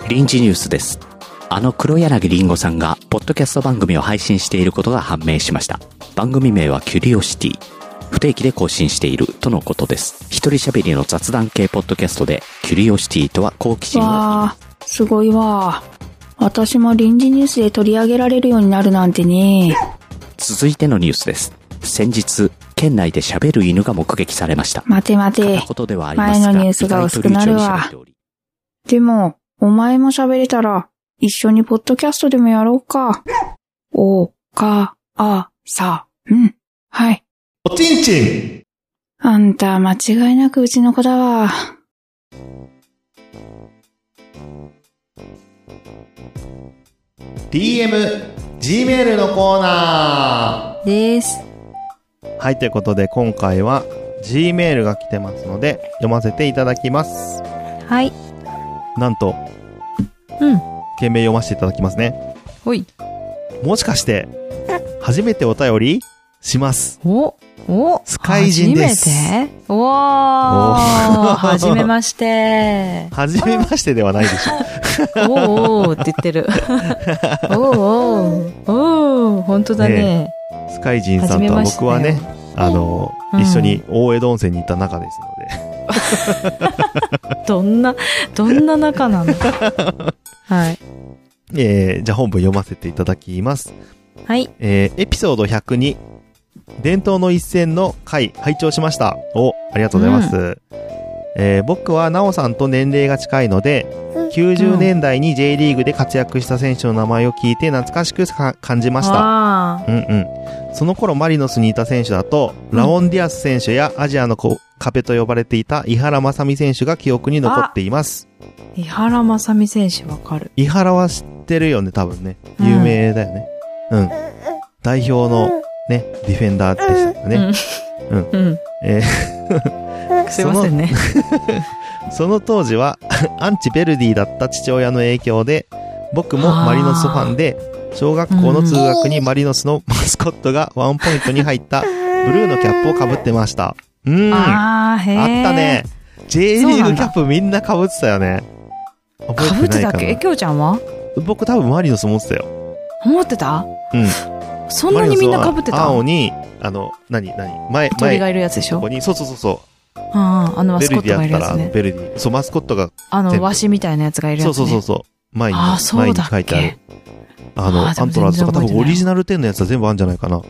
S3: 臨時ニュースです。あの黒柳りんごさんが、ポッドキャスト番組を配信していることが判明しました。番組名はキュリオシティ。不定期で更新しているとのことです。一人喋りの雑談系ポッドキャストで、キュリオシティとは好奇心を意味
S4: わあ、すごいわ。私も臨時ニュースで取り上げられるようになるなんてね。
S3: 続いてのニュースです。先日、県内で喋る犬が目撃されました。
S4: 待て待て。
S3: ことではありますが
S4: 前のニュースが薄くなるわ
S3: 意外と流暢に喋っており
S4: でも、お前も喋れたら、一緒にポッドキャストでもやろうか。お、か、あ、さ、うん。はい。
S1: おちんちん
S4: あんた、間違いなくうちの子だわ。
S1: !DM、Gmail のコーナ
S2: です。
S1: ーはい。ということで、今回は Gmail が来てますので、読ませていただきます。
S2: はい。
S1: なんと、
S2: うん。
S1: 件名読ませていただきますね。
S2: ほい。
S1: もしか して、初めてお便りします。
S2: お、お、
S1: スカイ人です
S2: 初めておー、
S1: おー
S2: はじめまして。
S1: はじめましてではないでしょ。
S2: おーおーって言 ってる。おーおーおー本当だね。
S1: スカイジンさんとは僕はね、あの、
S2: うん
S1: 一緒に大江戸温泉に行った中ですので、
S2: どんな、どんな 仲なのはい。
S1: えーじゃあ本文読ませていただきます。
S2: はい。
S1: えーエピソード102、伝統の一戦の回、拝聴しました。お、ありがとうございます。えー僕はなおさんと年齢が近いので、90年代に J リーグで活躍した選手の名前を聞いて懐かしくか感じました。
S2: わ
S1: うんうん。その頃マリノスにいた選手だと、ラオンディアス選手やアジアの子壁と呼ばれていた伊原正美選手が記憶に残っています。
S2: ー。伊原正美選手わかる。
S1: 伊原は知ってるよね、多分ね。
S2: うん
S1: 有名だよね。うん。代表のね、ディフェンダーでしたからね。
S2: うん。うん。
S1: えー
S2: すいませんね。
S1: そのその当時は、 アンチベルディだった父親の影響で、僕もマリノスファンで、小学校の通学にマリノスのマスコットがワンポイントに入った、ブルーのキャップを被ってました。うん。あ
S2: あー、へ
S1: った
S2: え。
S1: ね。。J リ
S2: そう
S1: ー
S2: な
S1: グ
S2: ん
S1: キ
S2: だ
S1: ャップみんな被ってたよね。
S2: か
S1: 覚
S2: ぶ
S1: え
S2: ってて
S1: な
S2: た
S1: いか
S2: っけえ、
S1: な
S2: きょうちゃんは
S1: 僕多分マリノス持ってたよ。
S2: 持ってた
S1: うん。
S2: そんなにみんなかぶってた
S1: マリノスは青
S2: 鳥
S1: に、あの、何、何、前、前、
S2: がいるやつでし
S1: こ
S2: ょ
S1: こに、そうそうそうそう。
S2: ああ、あのマ
S1: ベ
S2: スコ
S1: ル
S2: ッ
S1: ディだ
S2: ト
S1: ったら
S2: がいるやつね。
S1: ベルディ。そう、マスコットが、
S2: あ
S1: 全
S2: の、
S1: 部
S2: ワシみたいなやつがいるやつ
S1: そ
S2: ね。
S1: うそうそうそう。前に、
S2: あーそう
S1: 前
S2: だっ
S1: に
S2: け
S1: 書いてある。あの、
S2: あーで
S1: ア
S2: も
S1: ントラーズとか多
S2: 全然覚え
S1: 分
S2: てない
S1: オリジナル10のやつは全部あるんじゃないかな。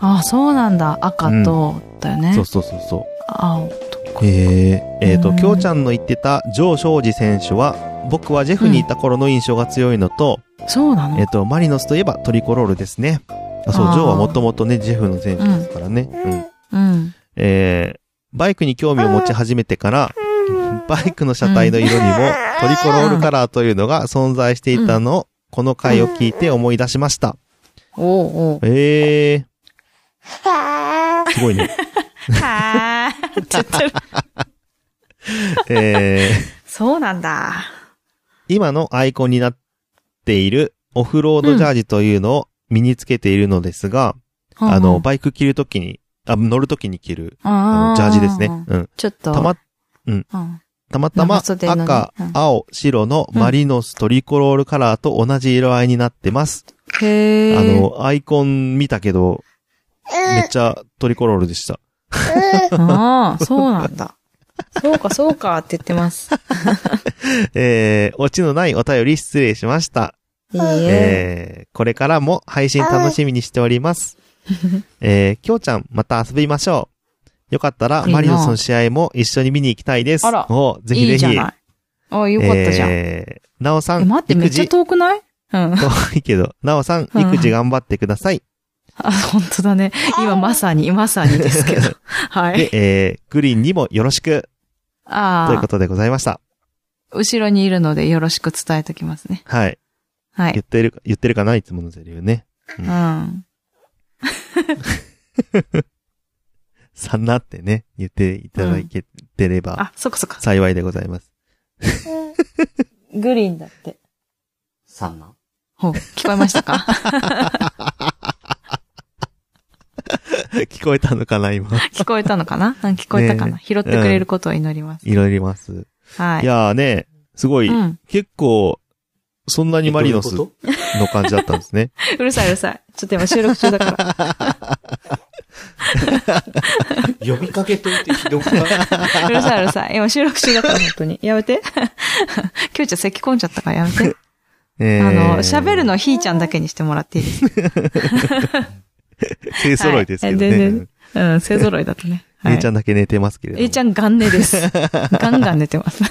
S2: ああ、そうなんだ。赤と、だよね
S1: そう。そうそうそ
S2: 青とか
S1: う。。えー、えーと、
S2: うん
S1: きょうちゃんの言ってたジョー・ショージ選手は、僕はジェフにいた頃の印象が強いのと、
S2: そうなの
S1: えっ、と、マリノスといえばトリコロールですね。あそう、
S2: あー
S1: ジョーはもともとね、ジェフの選手ですからね。うん
S2: うん。
S1: えーバイクに興味を持ち始めてから、バイクの車体の色にもトリコロールカラーというのが存在していたのを、この回を聞いて思い出しました。
S2: おう おう。
S1: えー、すごい ね。
S2: はーって言ってる。
S1: えー、
S2: そうなんだ。
S1: 今のアイコンになっているオフロードジャージというのを身につけているのですが、あの、バイク着るときに、あ、乗るときに着る、あの、
S2: あー
S1: ジャージですね。。うん。
S2: ちょっと。
S1: たま、
S2: うん
S1: たまたま
S2: 長袖のね
S1: 赤
S2: うん、
S1: 青、白のマリノストリコロールカラーと同じ色合いになってます。
S2: へー
S1: あ、の、アイコン見たけど、めっちゃトリコロールでした。
S2: あ あ、そうなんだ。そうか、そうかって言ってます。
S1: えー、オチのないお便り失礼しました。
S2: いいえ。
S1: えー、これからも配信楽しみにしております。えー、きょうちゃん、また遊びましょう。よかったら、
S2: いいな
S1: マリノスの試合も一緒に見に行きたいです。
S2: あら
S1: おぜひぜ
S2: い
S1: ひ。
S2: いじゃない。あよかったじゃん。え、
S1: えー、なおさん、
S2: 待って、めっちゃ
S1: 育児
S2: 遠くないうん。
S1: 遠いけど、なおさん、
S2: うん
S1: 育児頑張ってくだ さい。
S2: あ、本当だね。今まさに、まさにですけ ど。はい
S1: で。、えー、グリーンにもよろしく、という
S2: あ
S1: こ
S2: あ、
S1: とでございました。
S2: 後ろにいるのでよろしく伝えときますね。
S1: はい。
S2: は
S1: 言
S2: い
S1: っ。てるか、言ってるかないつものセリフね。
S2: うん。
S1: さんなってね、言っていただけてれば
S2: あ、そっかそっか。
S1: 幸いでございます。
S2: グリーンだって。
S3: さんな
S2: ほう、聞こえました か
S1: 聞こえたのかな、今。
S2: 聞こえたのかなうん聞こえたかな、
S1: ね
S2: 拾ってくれることを祈ります。
S1: いろいろいます。
S2: はい。
S1: いやーね、すごい、
S2: うん。
S1: 結構、そんなにマリノス
S3: えどう
S1: の
S3: いうこ
S1: 感じだったんです ね。
S2: うるさいうるさい。ちょっと今収録中だから。
S3: と呼びかけといてひどくないう
S2: るさいうるさい。今収録中だから、本当に。やめて。 きょうちゃん咳込んじゃったからやめて。
S1: え
S2: あ
S1: ー
S2: の、喋るのひーちゃんだけにしてもらっていいですか
S1: 勢揃いですけど
S2: はい
S1: ね。
S2: え全然うん、勢揃いだ とね。
S1: え
S2: はい
S1: ちゃんだけ寝てますけれども。
S2: えいちゃんガン 寝です。ガンガン寝てます。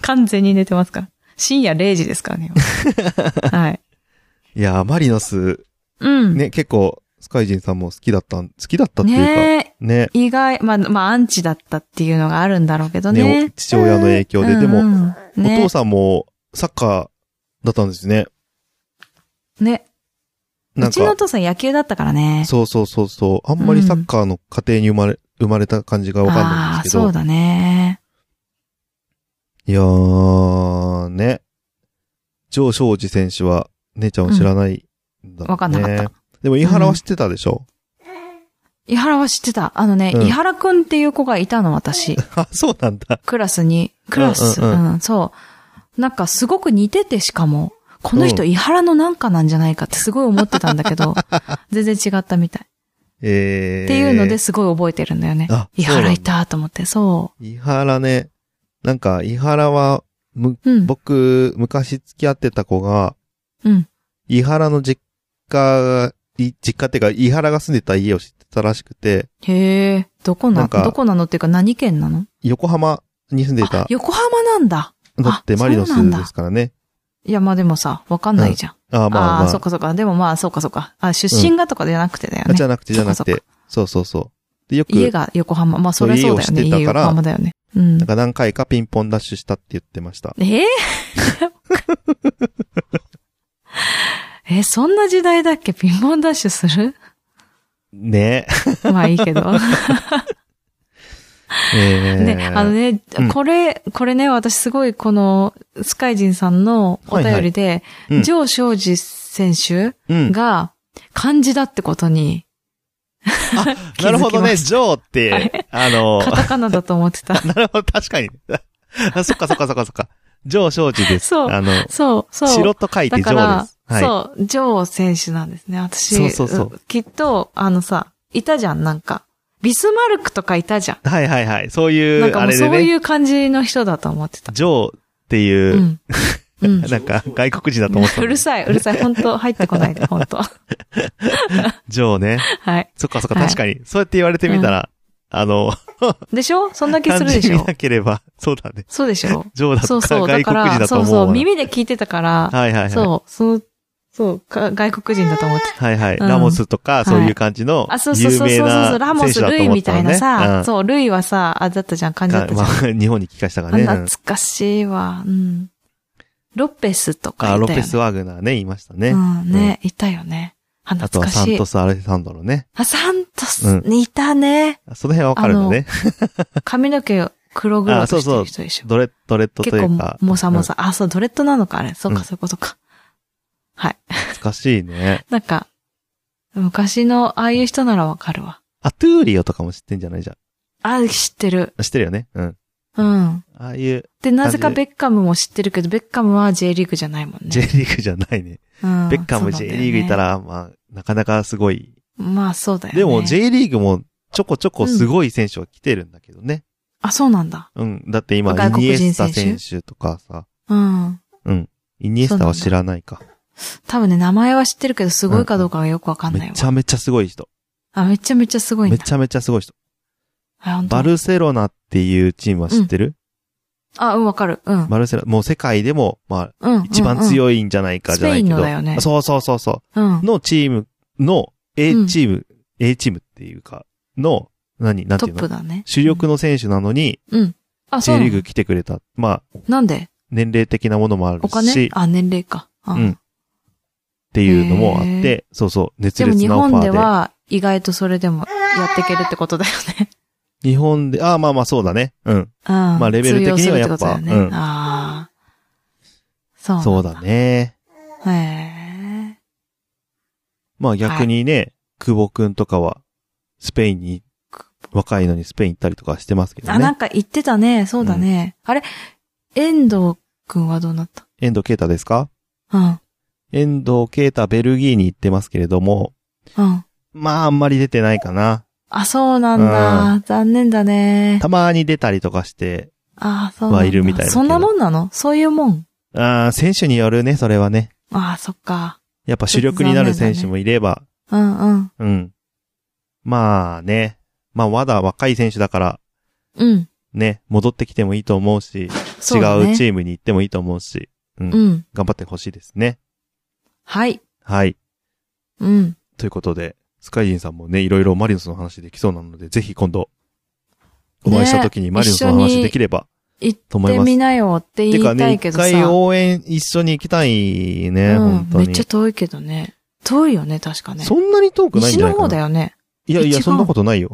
S2: 完全に寝てますから。深夜0時ですからね。今 はい。
S1: いやー、マリノス、
S2: うん。
S1: ね、結構、スカイジンさんも好きだったん、好きだったっていうか、ね。
S2: ねえ意外、まあ、まあ、アンチだったっていうのがあるんだろうけど
S1: ね
S2: ね。
S1: お父親の影響で。で
S2: う
S1: も、
S2: んうん
S1: お
S2: ね
S1: 父さんもサッカーだったんですね。
S2: ね。
S1: な
S2: うんちの
S1: か
S2: お、父さん野球だったからね。
S1: そうそうそうそう。あんまりサッカーの家庭に生まれ、生まれた感じがわかんないんですけ
S2: ああ、そ
S1: ど
S2: う。だね。
S1: いやー、ね。ジョー・ショージ選手は、姉ちゃんを知らないんだ、ね
S2: わかんなかった。
S1: でも、井原は知ってたでしょ、
S2: 伊原は知ってた。あのね、
S1: うん
S2: 伊原くんっていう子がいたの、私。
S1: あ、そうなんだ。
S2: クラスに。クラス、
S1: う
S2: うんん
S1: うん
S2: そう。なんかすごく似てて、しかも。 この人、伊原のなんかなんじゃないかってすごい思ってたんだけど、全然違ったみたい。
S1: えー、
S2: っていうのですごい覚えてるんだよね。
S1: あ、
S2: 伊
S1: そう
S2: 原
S1: なん
S2: い
S1: だ
S2: たと思って、そ
S1: 伊原ね、なんか、伊原は、む、
S2: う。うん。
S1: 僕、昔付き合ってた子が、
S2: うん。
S1: 伊原の実家、い実家っていうか、伊原が住んでた家を知ってたらしくて、
S2: へえ、どこ
S1: な
S2: なん
S1: か
S2: どこなのっていうか何県なの
S1: 横浜に住んで
S2: あ
S1: た、、
S2: 横浜なんだ。
S1: だってマリノス
S2: そうなんだ
S1: ですからね。
S2: いや、まあでもさ、わかんないじゃん。
S1: ああ、まあまあ。
S2: ああ、そっかそっか。でもまあ、そうかそうか。あ、出身がとかじゃなくてだよ
S1: あじゃ
S2: ね。
S1: なくて、じゃなく。
S2: そって
S1: そうそうそう。で、よく、
S2: 家が横浜。まあ、そりゃそうだよ
S1: そう
S2: ね。
S1: 家を知って
S2: 家
S1: たから
S2: 横浜だよね。うん
S1: なん。か何回かピンポンダッシュしたって言ってました。
S2: えー え、そんな時代だっけピンポンダッシュ する
S1: ね
S2: まあいいけど。
S1: え。えー
S2: ね、あのね
S1: うん、
S2: これ、これね、私すごいこの、スカイジンさんのお便りで、
S1: いはいうん
S2: ジョー・ショージ選手
S1: うん。
S2: が漢字だってことに、気づきました
S1: なるほどね、ジョーって、あ の、。
S2: カタカナだと思ってた
S1: なるほど、確かに。あそっかそっかそっかそっか。ジョー庄司です。
S2: そう
S1: あの、
S2: そう、そう。
S1: 白と書いてジ
S2: だ
S1: ョ
S2: か
S1: ーで
S2: ら
S1: す。、はい。
S2: そう、ジョー選手なんですね。私、
S1: そうそうそう
S2: きっと、あのさ、いたじゃん、なんか。ビスマルクとかいたじゃん。
S1: はいはいはい。そうい
S2: なん
S1: う、
S2: か
S1: あ
S2: もう
S1: れ
S2: そ
S1: で
S2: うい
S1: ね、
S2: う感じの人だと思ってた。
S1: ジョーっていうう、
S2: ん。うん。
S1: なんか外国人だと思ってた
S2: う
S1: の
S2: る。さい、うるさい。本当入って こないで、本当
S1: ジョーね。
S2: はい。
S1: そっかそっか、
S2: はい
S1: 確かに。そうやって言われてみたら、あの、
S2: でしょそんな気す
S1: 感
S2: るで
S1: じ
S2: し
S1: 見
S2: ょ
S1: なければ、そうだね。
S2: そうで しょ
S1: ジョーだ
S2: そ
S1: と
S2: う
S1: か
S2: そう。だ
S1: 外
S2: か
S1: 国人だ
S2: ら、
S1: と
S2: そう
S1: 思うわ
S2: そう。耳で聞いてたから、
S1: はいはいはい。
S2: そう、その、そう、か外国人だと思ってた。
S1: はいはい。
S2: うん
S1: ラモスとか、そういう感じの
S2: あ、そう、そう
S1: 有
S2: そう
S1: 名
S2: そう
S1: な
S2: そう、ラモ
S1: 選
S2: ス、
S1: 手だと
S2: ルイ
S1: 思っ
S2: み
S1: た
S2: た
S1: の
S2: い
S1: ね。
S2: なさ、
S1: うん
S2: そう、ルイはさ、あ、だったじゃん、感じだったじゃん。
S1: あまあ日本に聞かしたからね。
S2: あ
S1: うん
S2: 懐かしいわ。うん。ロペスとかいた
S1: あ、
S2: よ、ね。
S1: ロペス・ワグナーね、言いましたね。
S2: うん、ね、いたよね。あ、
S1: あと
S2: 懐
S1: は
S2: か
S1: サ
S2: し
S1: ン
S2: い
S1: ト。ス・アレサンドロね。
S2: あ、サントス、
S1: う
S2: いたね。
S1: その辺はわかるのね。
S2: 髪の毛黒々としてる人でしょ。
S1: ドレッドレッドと
S2: 結
S1: い
S2: 構
S1: うか。
S2: もさもさ、あ、そう、ドレッドなのか、あれ。そう
S1: う
S2: か、
S1: ん
S2: そういうことか。はい。
S1: うん。懐かしいね。
S2: なんか、昔のああいう人ならわかるわ。
S1: あ、トゥーリオとかも知ってんじゃないじゃ
S2: あ、知ってる。
S1: ん。知ってるよね。うん。
S2: うん。
S1: ああいう、
S2: で、なぜか
S1: 感じ
S2: ベッカムも知ってるけど、ベッカムは J リーグじゃないもん
S1: J
S2: ね。
S1: リーグじゃないね。
S2: うん
S1: ベッカム J リーグいた。
S2: そうなんだよね
S1: ら、まあ、なかなかすごい。
S2: まあ、そうだよね。
S1: でも J リーグもちょこちょこすごい選手は来てるんだけどね。
S2: あ、そうなんだ。
S1: うん。だって今、イ
S2: 外
S1: ニ
S2: 国
S1: エ
S2: 人
S1: ス
S2: 選
S1: タ
S2: 手
S1: 選手とかさ。
S2: うん。
S1: うん。イニエスタは知らないか。
S2: 多分ね、名前は知ってるけど、すごいかどうかがよくわかんな
S1: め
S2: いわ
S1: ち。ゃめちゃすごい人。
S2: あ、めちゃめちゃすごいん
S1: め
S2: だ。
S1: ちゃめちゃすごい人。
S2: あ、本当
S1: バルセロナっていうチームは知ってる、
S2: あ、うん、わかる。うん。
S1: バルセロナ、もう世界でも、まあ、
S2: うん。
S1: 一番
S2: い。
S1: 強いんじゃないかじゃないけど。
S2: スペインのだよね
S1: そうそうそうそ
S2: うん
S1: う。。のチームの A
S2: うん
S1: チーム、A チームっていうか、の、何、なんて
S2: ト
S1: いう
S2: ッ
S1: の
S2: プだね。
S1: 主力の選手なのに、
S2: あ、そう
S1: J
S2: な
S1: リー
S2: の
S1: グ来てくれた。まあ、
S2: なんで
S1: 年齢的なものもある
S2: お金
S1: し、っ
S2: あ、年齢か。う
S1: うんていうのもあっ
S2: へ
S1: て、そうそう、熱
S2: でも
S1: 烈
S2: 日
S1: なオファ
S2: 本
S1: ーで。
S2: では意外とそれでもやっていけるってことだよね。
S1: 日本で、ああ、まあまあそうだね。うん。
S2: うん。
S1: ま
S2: ま
S1: あレベル的にはやっぱ
S2: ね
S1: うん
S2: ああ。そうなん。
S1: そうだね。
S2: へえ。
S1: まあ逆にね、久保くんとかは、スペインに、若いのにスペイン行ったりとかしてますけど
S2: あ、なん
S1: ね。
S2: か言ってたね。そうだね。あれ遠藤くんはどうなった
S1: 遠藤啓太ですか
S2: うん。
S1: 遠藤啓太ベルギーに行ってますけれども、
S2: うん。
S1: まああんまり出てないかな。
S2: あ、そうなんだ。残念だね。
S1: たまに出たりとかして、
S2: あそうなんだ。
S1: はいるみたいだけど
S2: そんなもんなのそういうもん。
S1: ああ、選手によるね、それはね。
S2: ああ、そっか。
S1: やっぱ主力になる選手もいれば、
S2: うんうん。
S1: うん。まあね、まあまだ若い選手だから、
S2: うん。
S1: ね、戻ってきてもいいと思うし、
S2: そうだね
S1: 違うチームに行ってもいいと思うし、うん。
S2: うん。
S1: 頑張ってほしいですね。
S2: はい。
S1: はい。
S2: うん。
S1: ということで、スカイジンさんもね、いろいろマリノスの話できそうなので、ぜひ今度、お会いした時にマリノスの
S2: 一緒
S1: 話
S2: に
S1: できれば、
S2: 行っ
S1: と思い
S2: て
S1: ます
S2: みなよって言
S1: て
S2: い
S1: か
S2: た
S1: ね、
S2: いけ
S1: 一
S2: どさ。
S1: 回応援一緒に行きたいね、
S2: うん
S1: 本当
S2: め
S1: に。
S2: っちゃ遠いけどね。遠いよね、確かね。
S1: そんなに遠くないん
S2: 西
S1: じゃな
S2: の
S1: いか
S2: 方
S1: な。
S2: だ よね。
S1: いやいや、
S2: 一番
S1: そんなことないよ。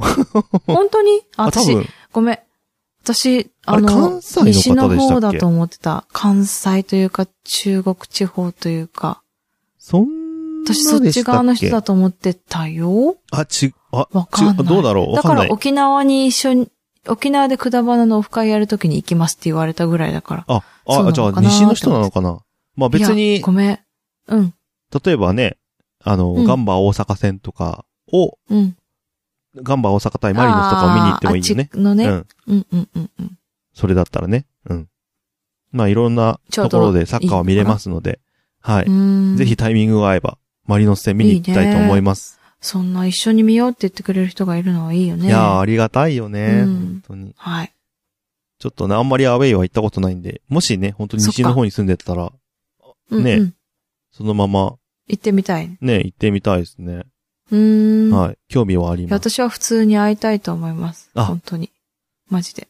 S2: 本当にあ、
S1: あ、多
S2: 私、
S1: 分、
S2: ごめん。私、
S1: あ
S2: あ
S1: れ
S2: の、
S1: 関西の方でした
S2: 西
S1: っけ
S2: の方だと思ってた。関西というか、中国地方というか。
S1: そんなで
S2: 私、
S1: した
S2: そ
S1: っけ
S2: っち側の人だと思ってたよ。
S1: あ、ち、あ、
S2: わかんな
S1: ち
S2: い。
S1: どうだろうわ
S2: だ
S1: か
S2: か
S1: んな
S2: ら
S1: い。
S2: 沖縄に一緒に、沖縄でくだばなのオフ会やるときに行きますって言われたぐらいだから。
S1: あ、
S2: そうな
S1: あ、
S2: の
S1: じゃあ、
S2: かなー
S1: 西の人なのかなまあ別
S2: い
S1: に
S2: やご、めん。うん、
S1: 例えばね、あの、
S2: うん
S1: ガンバ大阪戦とかを、
S2: うん。
S1: ガンバ大阪対マリノスとかを見に行ってもいいよね。
S2: あーあっちのね。
S1: うん。
S2: うんうんうんうん。
S1: それだったらね。うん。まあ、いろんなところでサッカーは見れますので、は
S2: う
S1: い。
S2: ーん
S1: ぜひ。タイミングが合えば、マリノス戦見に行きたいと思います。
S2: そんな一緒に見ようって言ってくれる人がいるのはいいよ
S1: い
S2: ね。
S1: やー、ありがたいよね。
S2: うん
S1: 本当に。
S2: はい。
S1: ちょっとね、あんまりアウェイは行ったことないんで、もしね、本当に西の方に住んでたら、
S2: うんうん
S1: ねそのまま、
S2: 行ってみたい。
S1: ね、行ってみたいですね。
S2: うーん。い
S1: はい。興味はあり
S2: や
S1: ます。
S2: 私は普通に会いたいと思います。
S1: あ
S2: 本当に。マジで。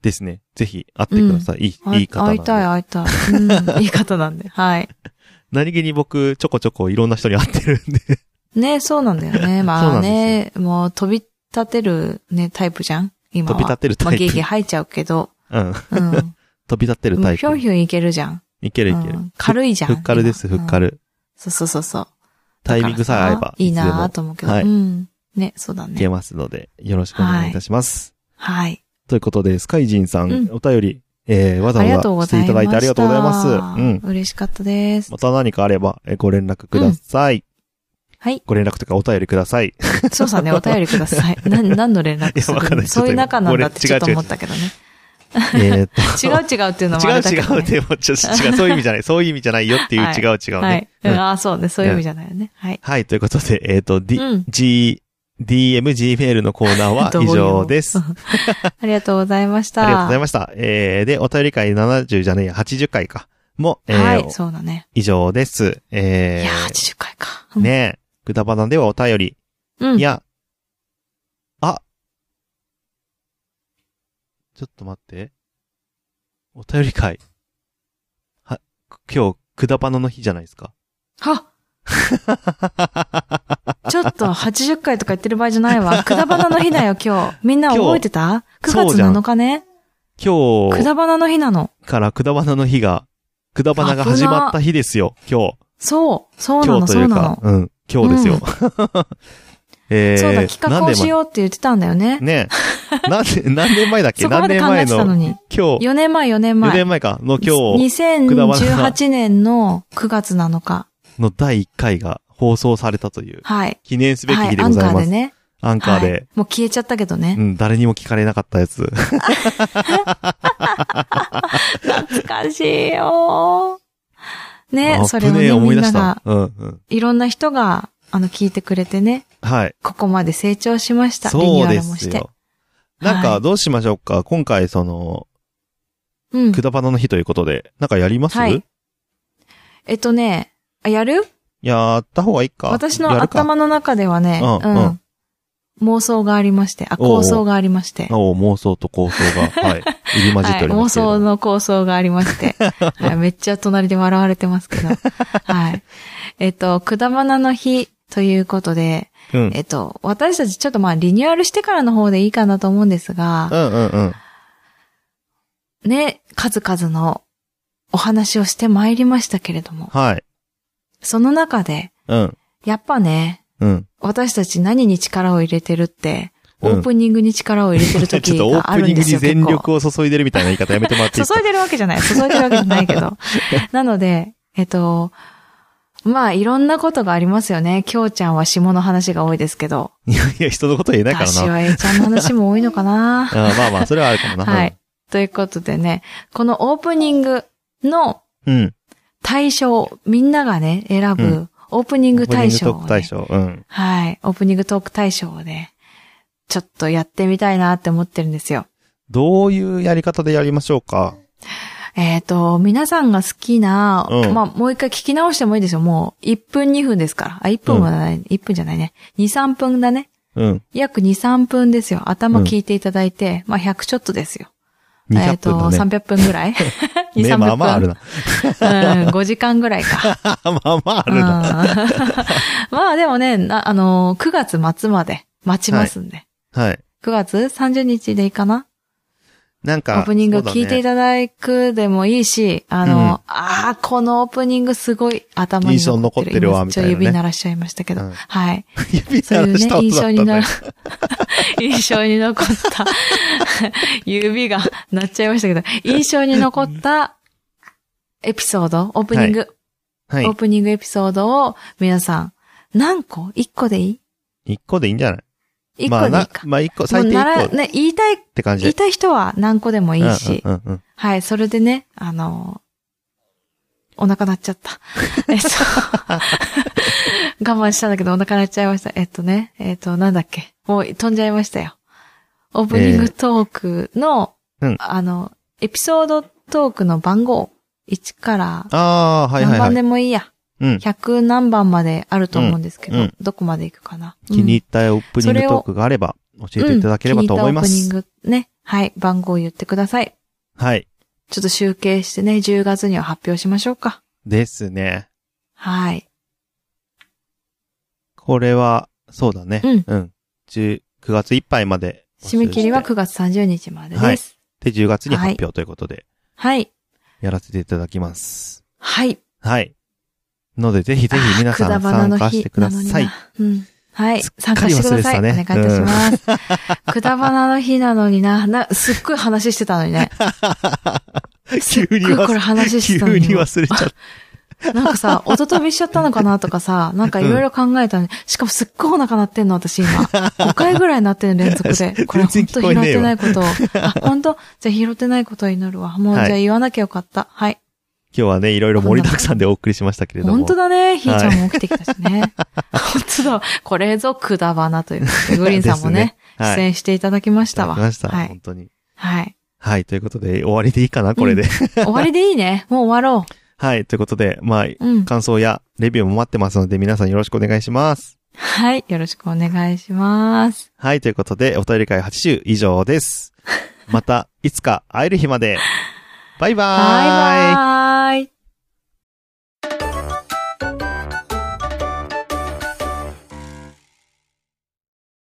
S1: ですね。ぜひ、会ってください。いい、いい方な
S2: 会
S1: ん
S2: い
S1: で。
S2: たい、会いたい。うん。いい方なんで。はい。
S1: 何気に僕、ちょこちょこいろんな人に会ってるんで。
S2: ねそうなんだよ ね。
S1: そう
S2: ま
S1: な
S2: あ
S1: んで
S2: ね、もう飛び立てるね、タイプじゃん今
S1: 飛
S2: は。
S1: び立てる
S2: ま
S1: タ
S2: あ
S1: イ
S2: ゲーゲー
S1: プ。
S2: 吐いちゃう けど。
S1: うん。
S2: うん。
S1: 飛び立ってる
S2: う
S1: タ
S2: ん
S1: イ
S2: ひょん
S1: プ。
S2: ひょんいけるじゃん。
S1: いけるいけ
S2: う
S1: る
S2: ん。軽いじゃん
S1: ふっかるです、ふ
S2: 今
S1: っかる。
S2: そうそうそうそう。
S1: タイミングさえ合えば、
S2: いい
S1: つで
S2: なぁ
S1: も
S2: と思うけど。
S1: はい
S2: うん。ね、そうだ
S1: いけ
S2: ね。
S1: ますので、よろしくお願いいたします。
S2: はい。
S1: ということで、スカイジンさ
S2: うん
S1: ん、お便り、えーわざ
S2: ありがとう
S1: わ
S2: ご
S1: ざして
S2: ざい
S1: い
S2: ました
S1: だいてありがとうございます。うん。
S2: 嬉しかったです。
S1: また何かあれば、えーご連絡ください。
S2: はい。
S1: ご連絡というか、お便りくださ い。
S2: そうさんね、お便りください。な、何の連絡す
S1: いやわかんない
S2: るそういう仲なんだって
S1: ち
S2: ち
S1: ょ
S2: ょ
S1: っ
S2: っ
S1: と
S2: と
S1: 今
S2: 思ったけどね。
S1: えーっと、
S2: 違う違うっていうのも
S1: 違
S2: あ
S1: う
S2: れだけ
S1: 違
S2: ど
S1: う
S2: ね。
S1: って、もうちょっと違う、そういう意味じゃない、そういう意味じゃないよっていう
S2: はい
S1: 違う違う
S2: はい
S1: ね。。
S2: う
S1: うん
S2: んあーそうね。そういう意味じゃないよね。はい。
S1: はい、ということで、えーっと、D
S2: うん、
S1: G、DM、G メールのコーナー は以上です。
S2: どういうありがとうございました。
S1: ありがとうございました。えー、で、お便り会70じゃねえや、80回か。も、えー
S2: はい、そうだね。
S1: 以上です。
S2: い
S1: え
S2: やー、80回か。う
S1: ー、
S2: ん。
S1: ねえ、くだばなではお便り、
S2: うん
S1: い。や、あ、ちょっと待って。お便り会。は、今日、くだばなの日じゃないですか。
S2: は ちょっと80回とか言ってる場合じゃない わ。くだばなの日だよ、今日。みんな覚えてた ?9
S1: そう
S2: 月
S1: じゃん
S2: 7日ね。
S1: 今
S2: く
S1: 日
S2: だばなの日なの。
S1: からくだばなの日が、くだばなが始まった日ですよ、今日。
S2: そう。そうな
S1: 今
S2: の、
S1: 日と
S2: そ
S1: いうう
S2: な
S1: か
S2: の、。
S1: うん、今日ですよ。
S2: うん
S1: えー、
S2: そうだ、企画をしようって言ってたんだよね。
S1: ねえ。何年、何年前だっけ
S2: そこま
S1: 何
S2: で
S1: 年
S2: 考え
S1: 前
S2: てたの
S1: の、
S2: に。
S1: 今日、
S2: 4年前、4年
S1: 4
S2: 前。
S1: 年前か、の今日
S2: 2018年の9月7日。
S1: の第1回が放送されたという、
S2: はい。
S1: 記念すべき
S2: は
S1: 日
S2: い、
S1: で
S2: ア
S1: ご
S2: ン
S1: ざ
S2: カ
S1: い
S2: ー
S1: ま。
S2: ですね。
S1: アンカーで、
S2: はいもう消えちゃったけど
S1: う
S2: ね。
S1: ん、誰にも聞かれなかったやつ。
S2: 懐かしいよー。 ね、
S1: あ
S2: そ
S1: ぶ
S2: れを
S1: ねえ
S2: ね、
S1: 思
S2: み
S1: い
S2: ん
S1: 出し
S2: な
S1: た
S2: が、。
S1: うん、うん。
S2: いろんな人が、あの、聞いてくれてね、
S1: はい。
S2: ここまで成長しました。リニュ
S1: そう
S2: ーア
S1: で
S2: ルもし
S1: す
S2: て
S1: よ。。なん
S2: は
S1: か、
S2: い
S1: どうしましょうか今回、その、
S2: うん
S1: く。だばなの日ということで、なんかやります
S2: はい。えっとね、あ、やる
S1: やった方がいいか
S2: 私
S1: や
S2: の
S1: るか
S2: 頭の中ではね、
S1: う
S2: うん
S1: うん
S2: ん。妄想がありまして、あ、
S1: おうおう
S2: 構想がありまして。
S1: お妄想と構想が、 はい。入り混じっ
S2: は
S1: て
S2: い、
S1: おりますけ
S2: 妄
S1: れども。
S2: 想の構想があり まして、はい、めっちゃ隣で笑われてますけど。はい。えっと、くだばなの日ということで、
S1: うん。
S2: えっと、私たちちょっとまあリニューアルしてからの方でいいかなと思うんですが、
S1: うんうんうん。
S2: ね、数々のお話をしてまいりましたけれども、
S1: はい。
S2: その中で、
S1: うん。
S2: やっぱね、
S1: うん。
S2: 私たち何に力を入れてるって、
S1: う
S2: オ
S1: ん
S2: ープニングに力を入れて る
S1: ちょっ
S2: 時
S1: とオ
S2: が
S1: ー
S2: あ
S1: プ
S2: る
S1: ニ
S2: ん
S1: ングに
S2: ですよ、
S1: 全
S2: 結構
S1: 力を注いでるみたいな言い方やめてもらっていい です
S2: 注
S1: か
S2: いでるわけじゃない。注いでるわけじゃない けど。なので、えっと、まあ、いろんなことがありますよね。きょうちゃんは霜の話が多いですけど。
S1: いやいや、人のこと言えないから
S2: 私
S1: な。
S2: はえちゃんの話も多いのかな。
S1: あまあまあ、それはあるかもな。
S2: はい。ということでね、このオープニングの
S1: うん。うん。
S2: 対象、みんながね、選ぶ、
S1: うん
S2: オープニング大賞
S1: オープニングトー
S2: を、
S1: ク大賞。
S2: ね。
S1: うん。
S2: はい。オープニングトーク大賞をね、ちょっとやってみたいなって思ってるんですよ。
S1: どういうやり方でやりましょうか
S2: えっ、と、皆さんが好きな、
S1: うん
S2: まあ、もう一回聞き直してもいいですよ。もう、1分2分ですから。あ、1分はない、1分じゃないね。2、3分だね。
S1: うん。
S2: 約2、3分ですよ。頭聞いていただいて、まあ、100ちょっとですよ。えっ、
S1: 200
S2: と、
S1: 分だね。
S2: 300分ぐ らい ?2、
S1: ね、
S2: 300分。
S1: まあまああるな。
S2: うん、5時間ぐらいか。
S1: まあま ああるな。
S2: うん まあでもね、なあのー9月末まで待ちますんで。
S1: はい。
S2: 9月30日でいいかな
S1: なん
S2: オ
S1: か、
S2: ープニング聞いてい
S1: た
S2: ただくでもいいし、あのー
S1: うん
S2: ああ、このオープニングすごい頭に
S1: 印象に
S2: 残
S1: 残
S2: っ
S1: ってて
S2: る。
S1: るわ
S2: 今
S1: み
S2: ち
S1: た
S2: ょ
S1: いなね
S2: 指鳴らしちゃいましたけど。
S1: うん
S2: はい。
S1: 指
S2: そう
S1: 鳴
S2: いう
S1: らし
S2: ね
S1: た、音
S2: 印
S1: だったん
S2: 象
S1: だ
S2: にな
S1: よ
S2: る。印象に残った。 指が鳴っちゃいましたけど、印象に残ったエピソード、オープニング。
S1: はい
S2: オー。プニングエピソードを皆さん、何個 ?1 個でいい
S1: 1個でいいんじゃない
S2: 一
S1: ま
S2: 個
S1: あ
S2: でいい
S1: な
S2: か。
S1: まあ一個、
S2: も
S1: 最
S2: う
S1: 低
S2: な
S1: 一
S2: ら、
S1: 個っ
S2: ね、言いたい、
S1: て感じ
S2: 言い
S1: で。
S2: たい人は何個でもいいし、
S1: うんうんうんうん
S2: はい、それでね、あの、お腹鳴っち ゃった。えっと、 我慢したんだけどお腹鳴っちゃいました。えっとね、えっと、なんだっけ。もう飛んじゃいましたよ。オープニングトークの、
S1: えーうん
S2: あの、エピソードトークの番号、1から
S1: ああ、はいは
S2: 何
S1: いは
S2: 番
S1: い
S2: で。もいいや。
S1: うん。
S2: 100何番まであると思うんですけど、
S1: うんうん
S2: どこまで行くかな。
S1: 気に入
S2: 入
S1: ったオープニングトークがあれば、教えていただければと思いま
S2: 気に
S1: す。
S2: 入ったオープニングね。はい、番号を言ってください。
S1: はい。
S2: ちょっと集計してね、10月には発表しましょうか。
S1: ですね。
S2: はい。
S1: これは、そうだね。
S2: うん
S1: うん。10 9月いっぱいまで。
S2: 締め切りは9月30日までです。
S1: で、10月に発表ということで、
S2: はい。
S1: やらせていただきます。
S2: はい。
S1: はい。ので、ぜひぜひ皆さ
S2: あー
S1: ん
S2: くだばなの
S1: 参
S2: 日
S1: 加してください
S2: な。のになうん。はい
S1: すっ。
S2: 参
S1: か
S2: 加
S1: り
S2: してく
S1: 忘れて
S2: ださい。
S1: た
S2: お
S1: ね
S2: 願いいたします。 くだばなの日なのにな、な、すっごい話してたのにね。
S1: 急に
S2: すっごいこれ
S1: 忘れ、
S2: 話してたの
S1: 急
S2: に
S1: に。忘れちゃった。
S2: なん かさ、おととびしちゃったのかなとかさ、なんかいろいろ考えたのに、しかもすっごいお腹鳴ってんの、私今。5回 ぐらい鳴ってる連続
S1: 全
S2: で。
S1: 然
S2: これ本当
S1: 聞こ
S2: 拾
S1: え
S2: っ
S1: ねえ
S2: て
S1: わ
S2: ないことを。あ、本当じゃあ拾ってないことを祈るわ。もうじ
S1: は
S2: ゃ
S1: い
S2: あ言わなきゃよかった。はい。
S1: 今日はね、いろいろ盛りだくさんでお送りしましたけれども。
S2: 本当だね。ひーちゃんも起きてきた しね。本当だ。これぞくだばなということで。グリーンさんもね、
S1: ですねはい
S2: 出演していただきましたわ。
S1: いただきました。
S2: はい
S1: 本。当に。
S2: はい。
S1: はい。ということで、終わりでいいかな、これで。
S2: 終わりでいいね。もう終わろ
S1: はい。ということで、まあ、
S2: う。うん。
S1: 感想やレビューも待ってますので、皆さんよろしくお願いします。
S2: はい。よろしくお願いします。
S1: はい、ということで、お便り会80以上です。また、いつか会える日まで。バイバーイ。
S2: バイバーイ。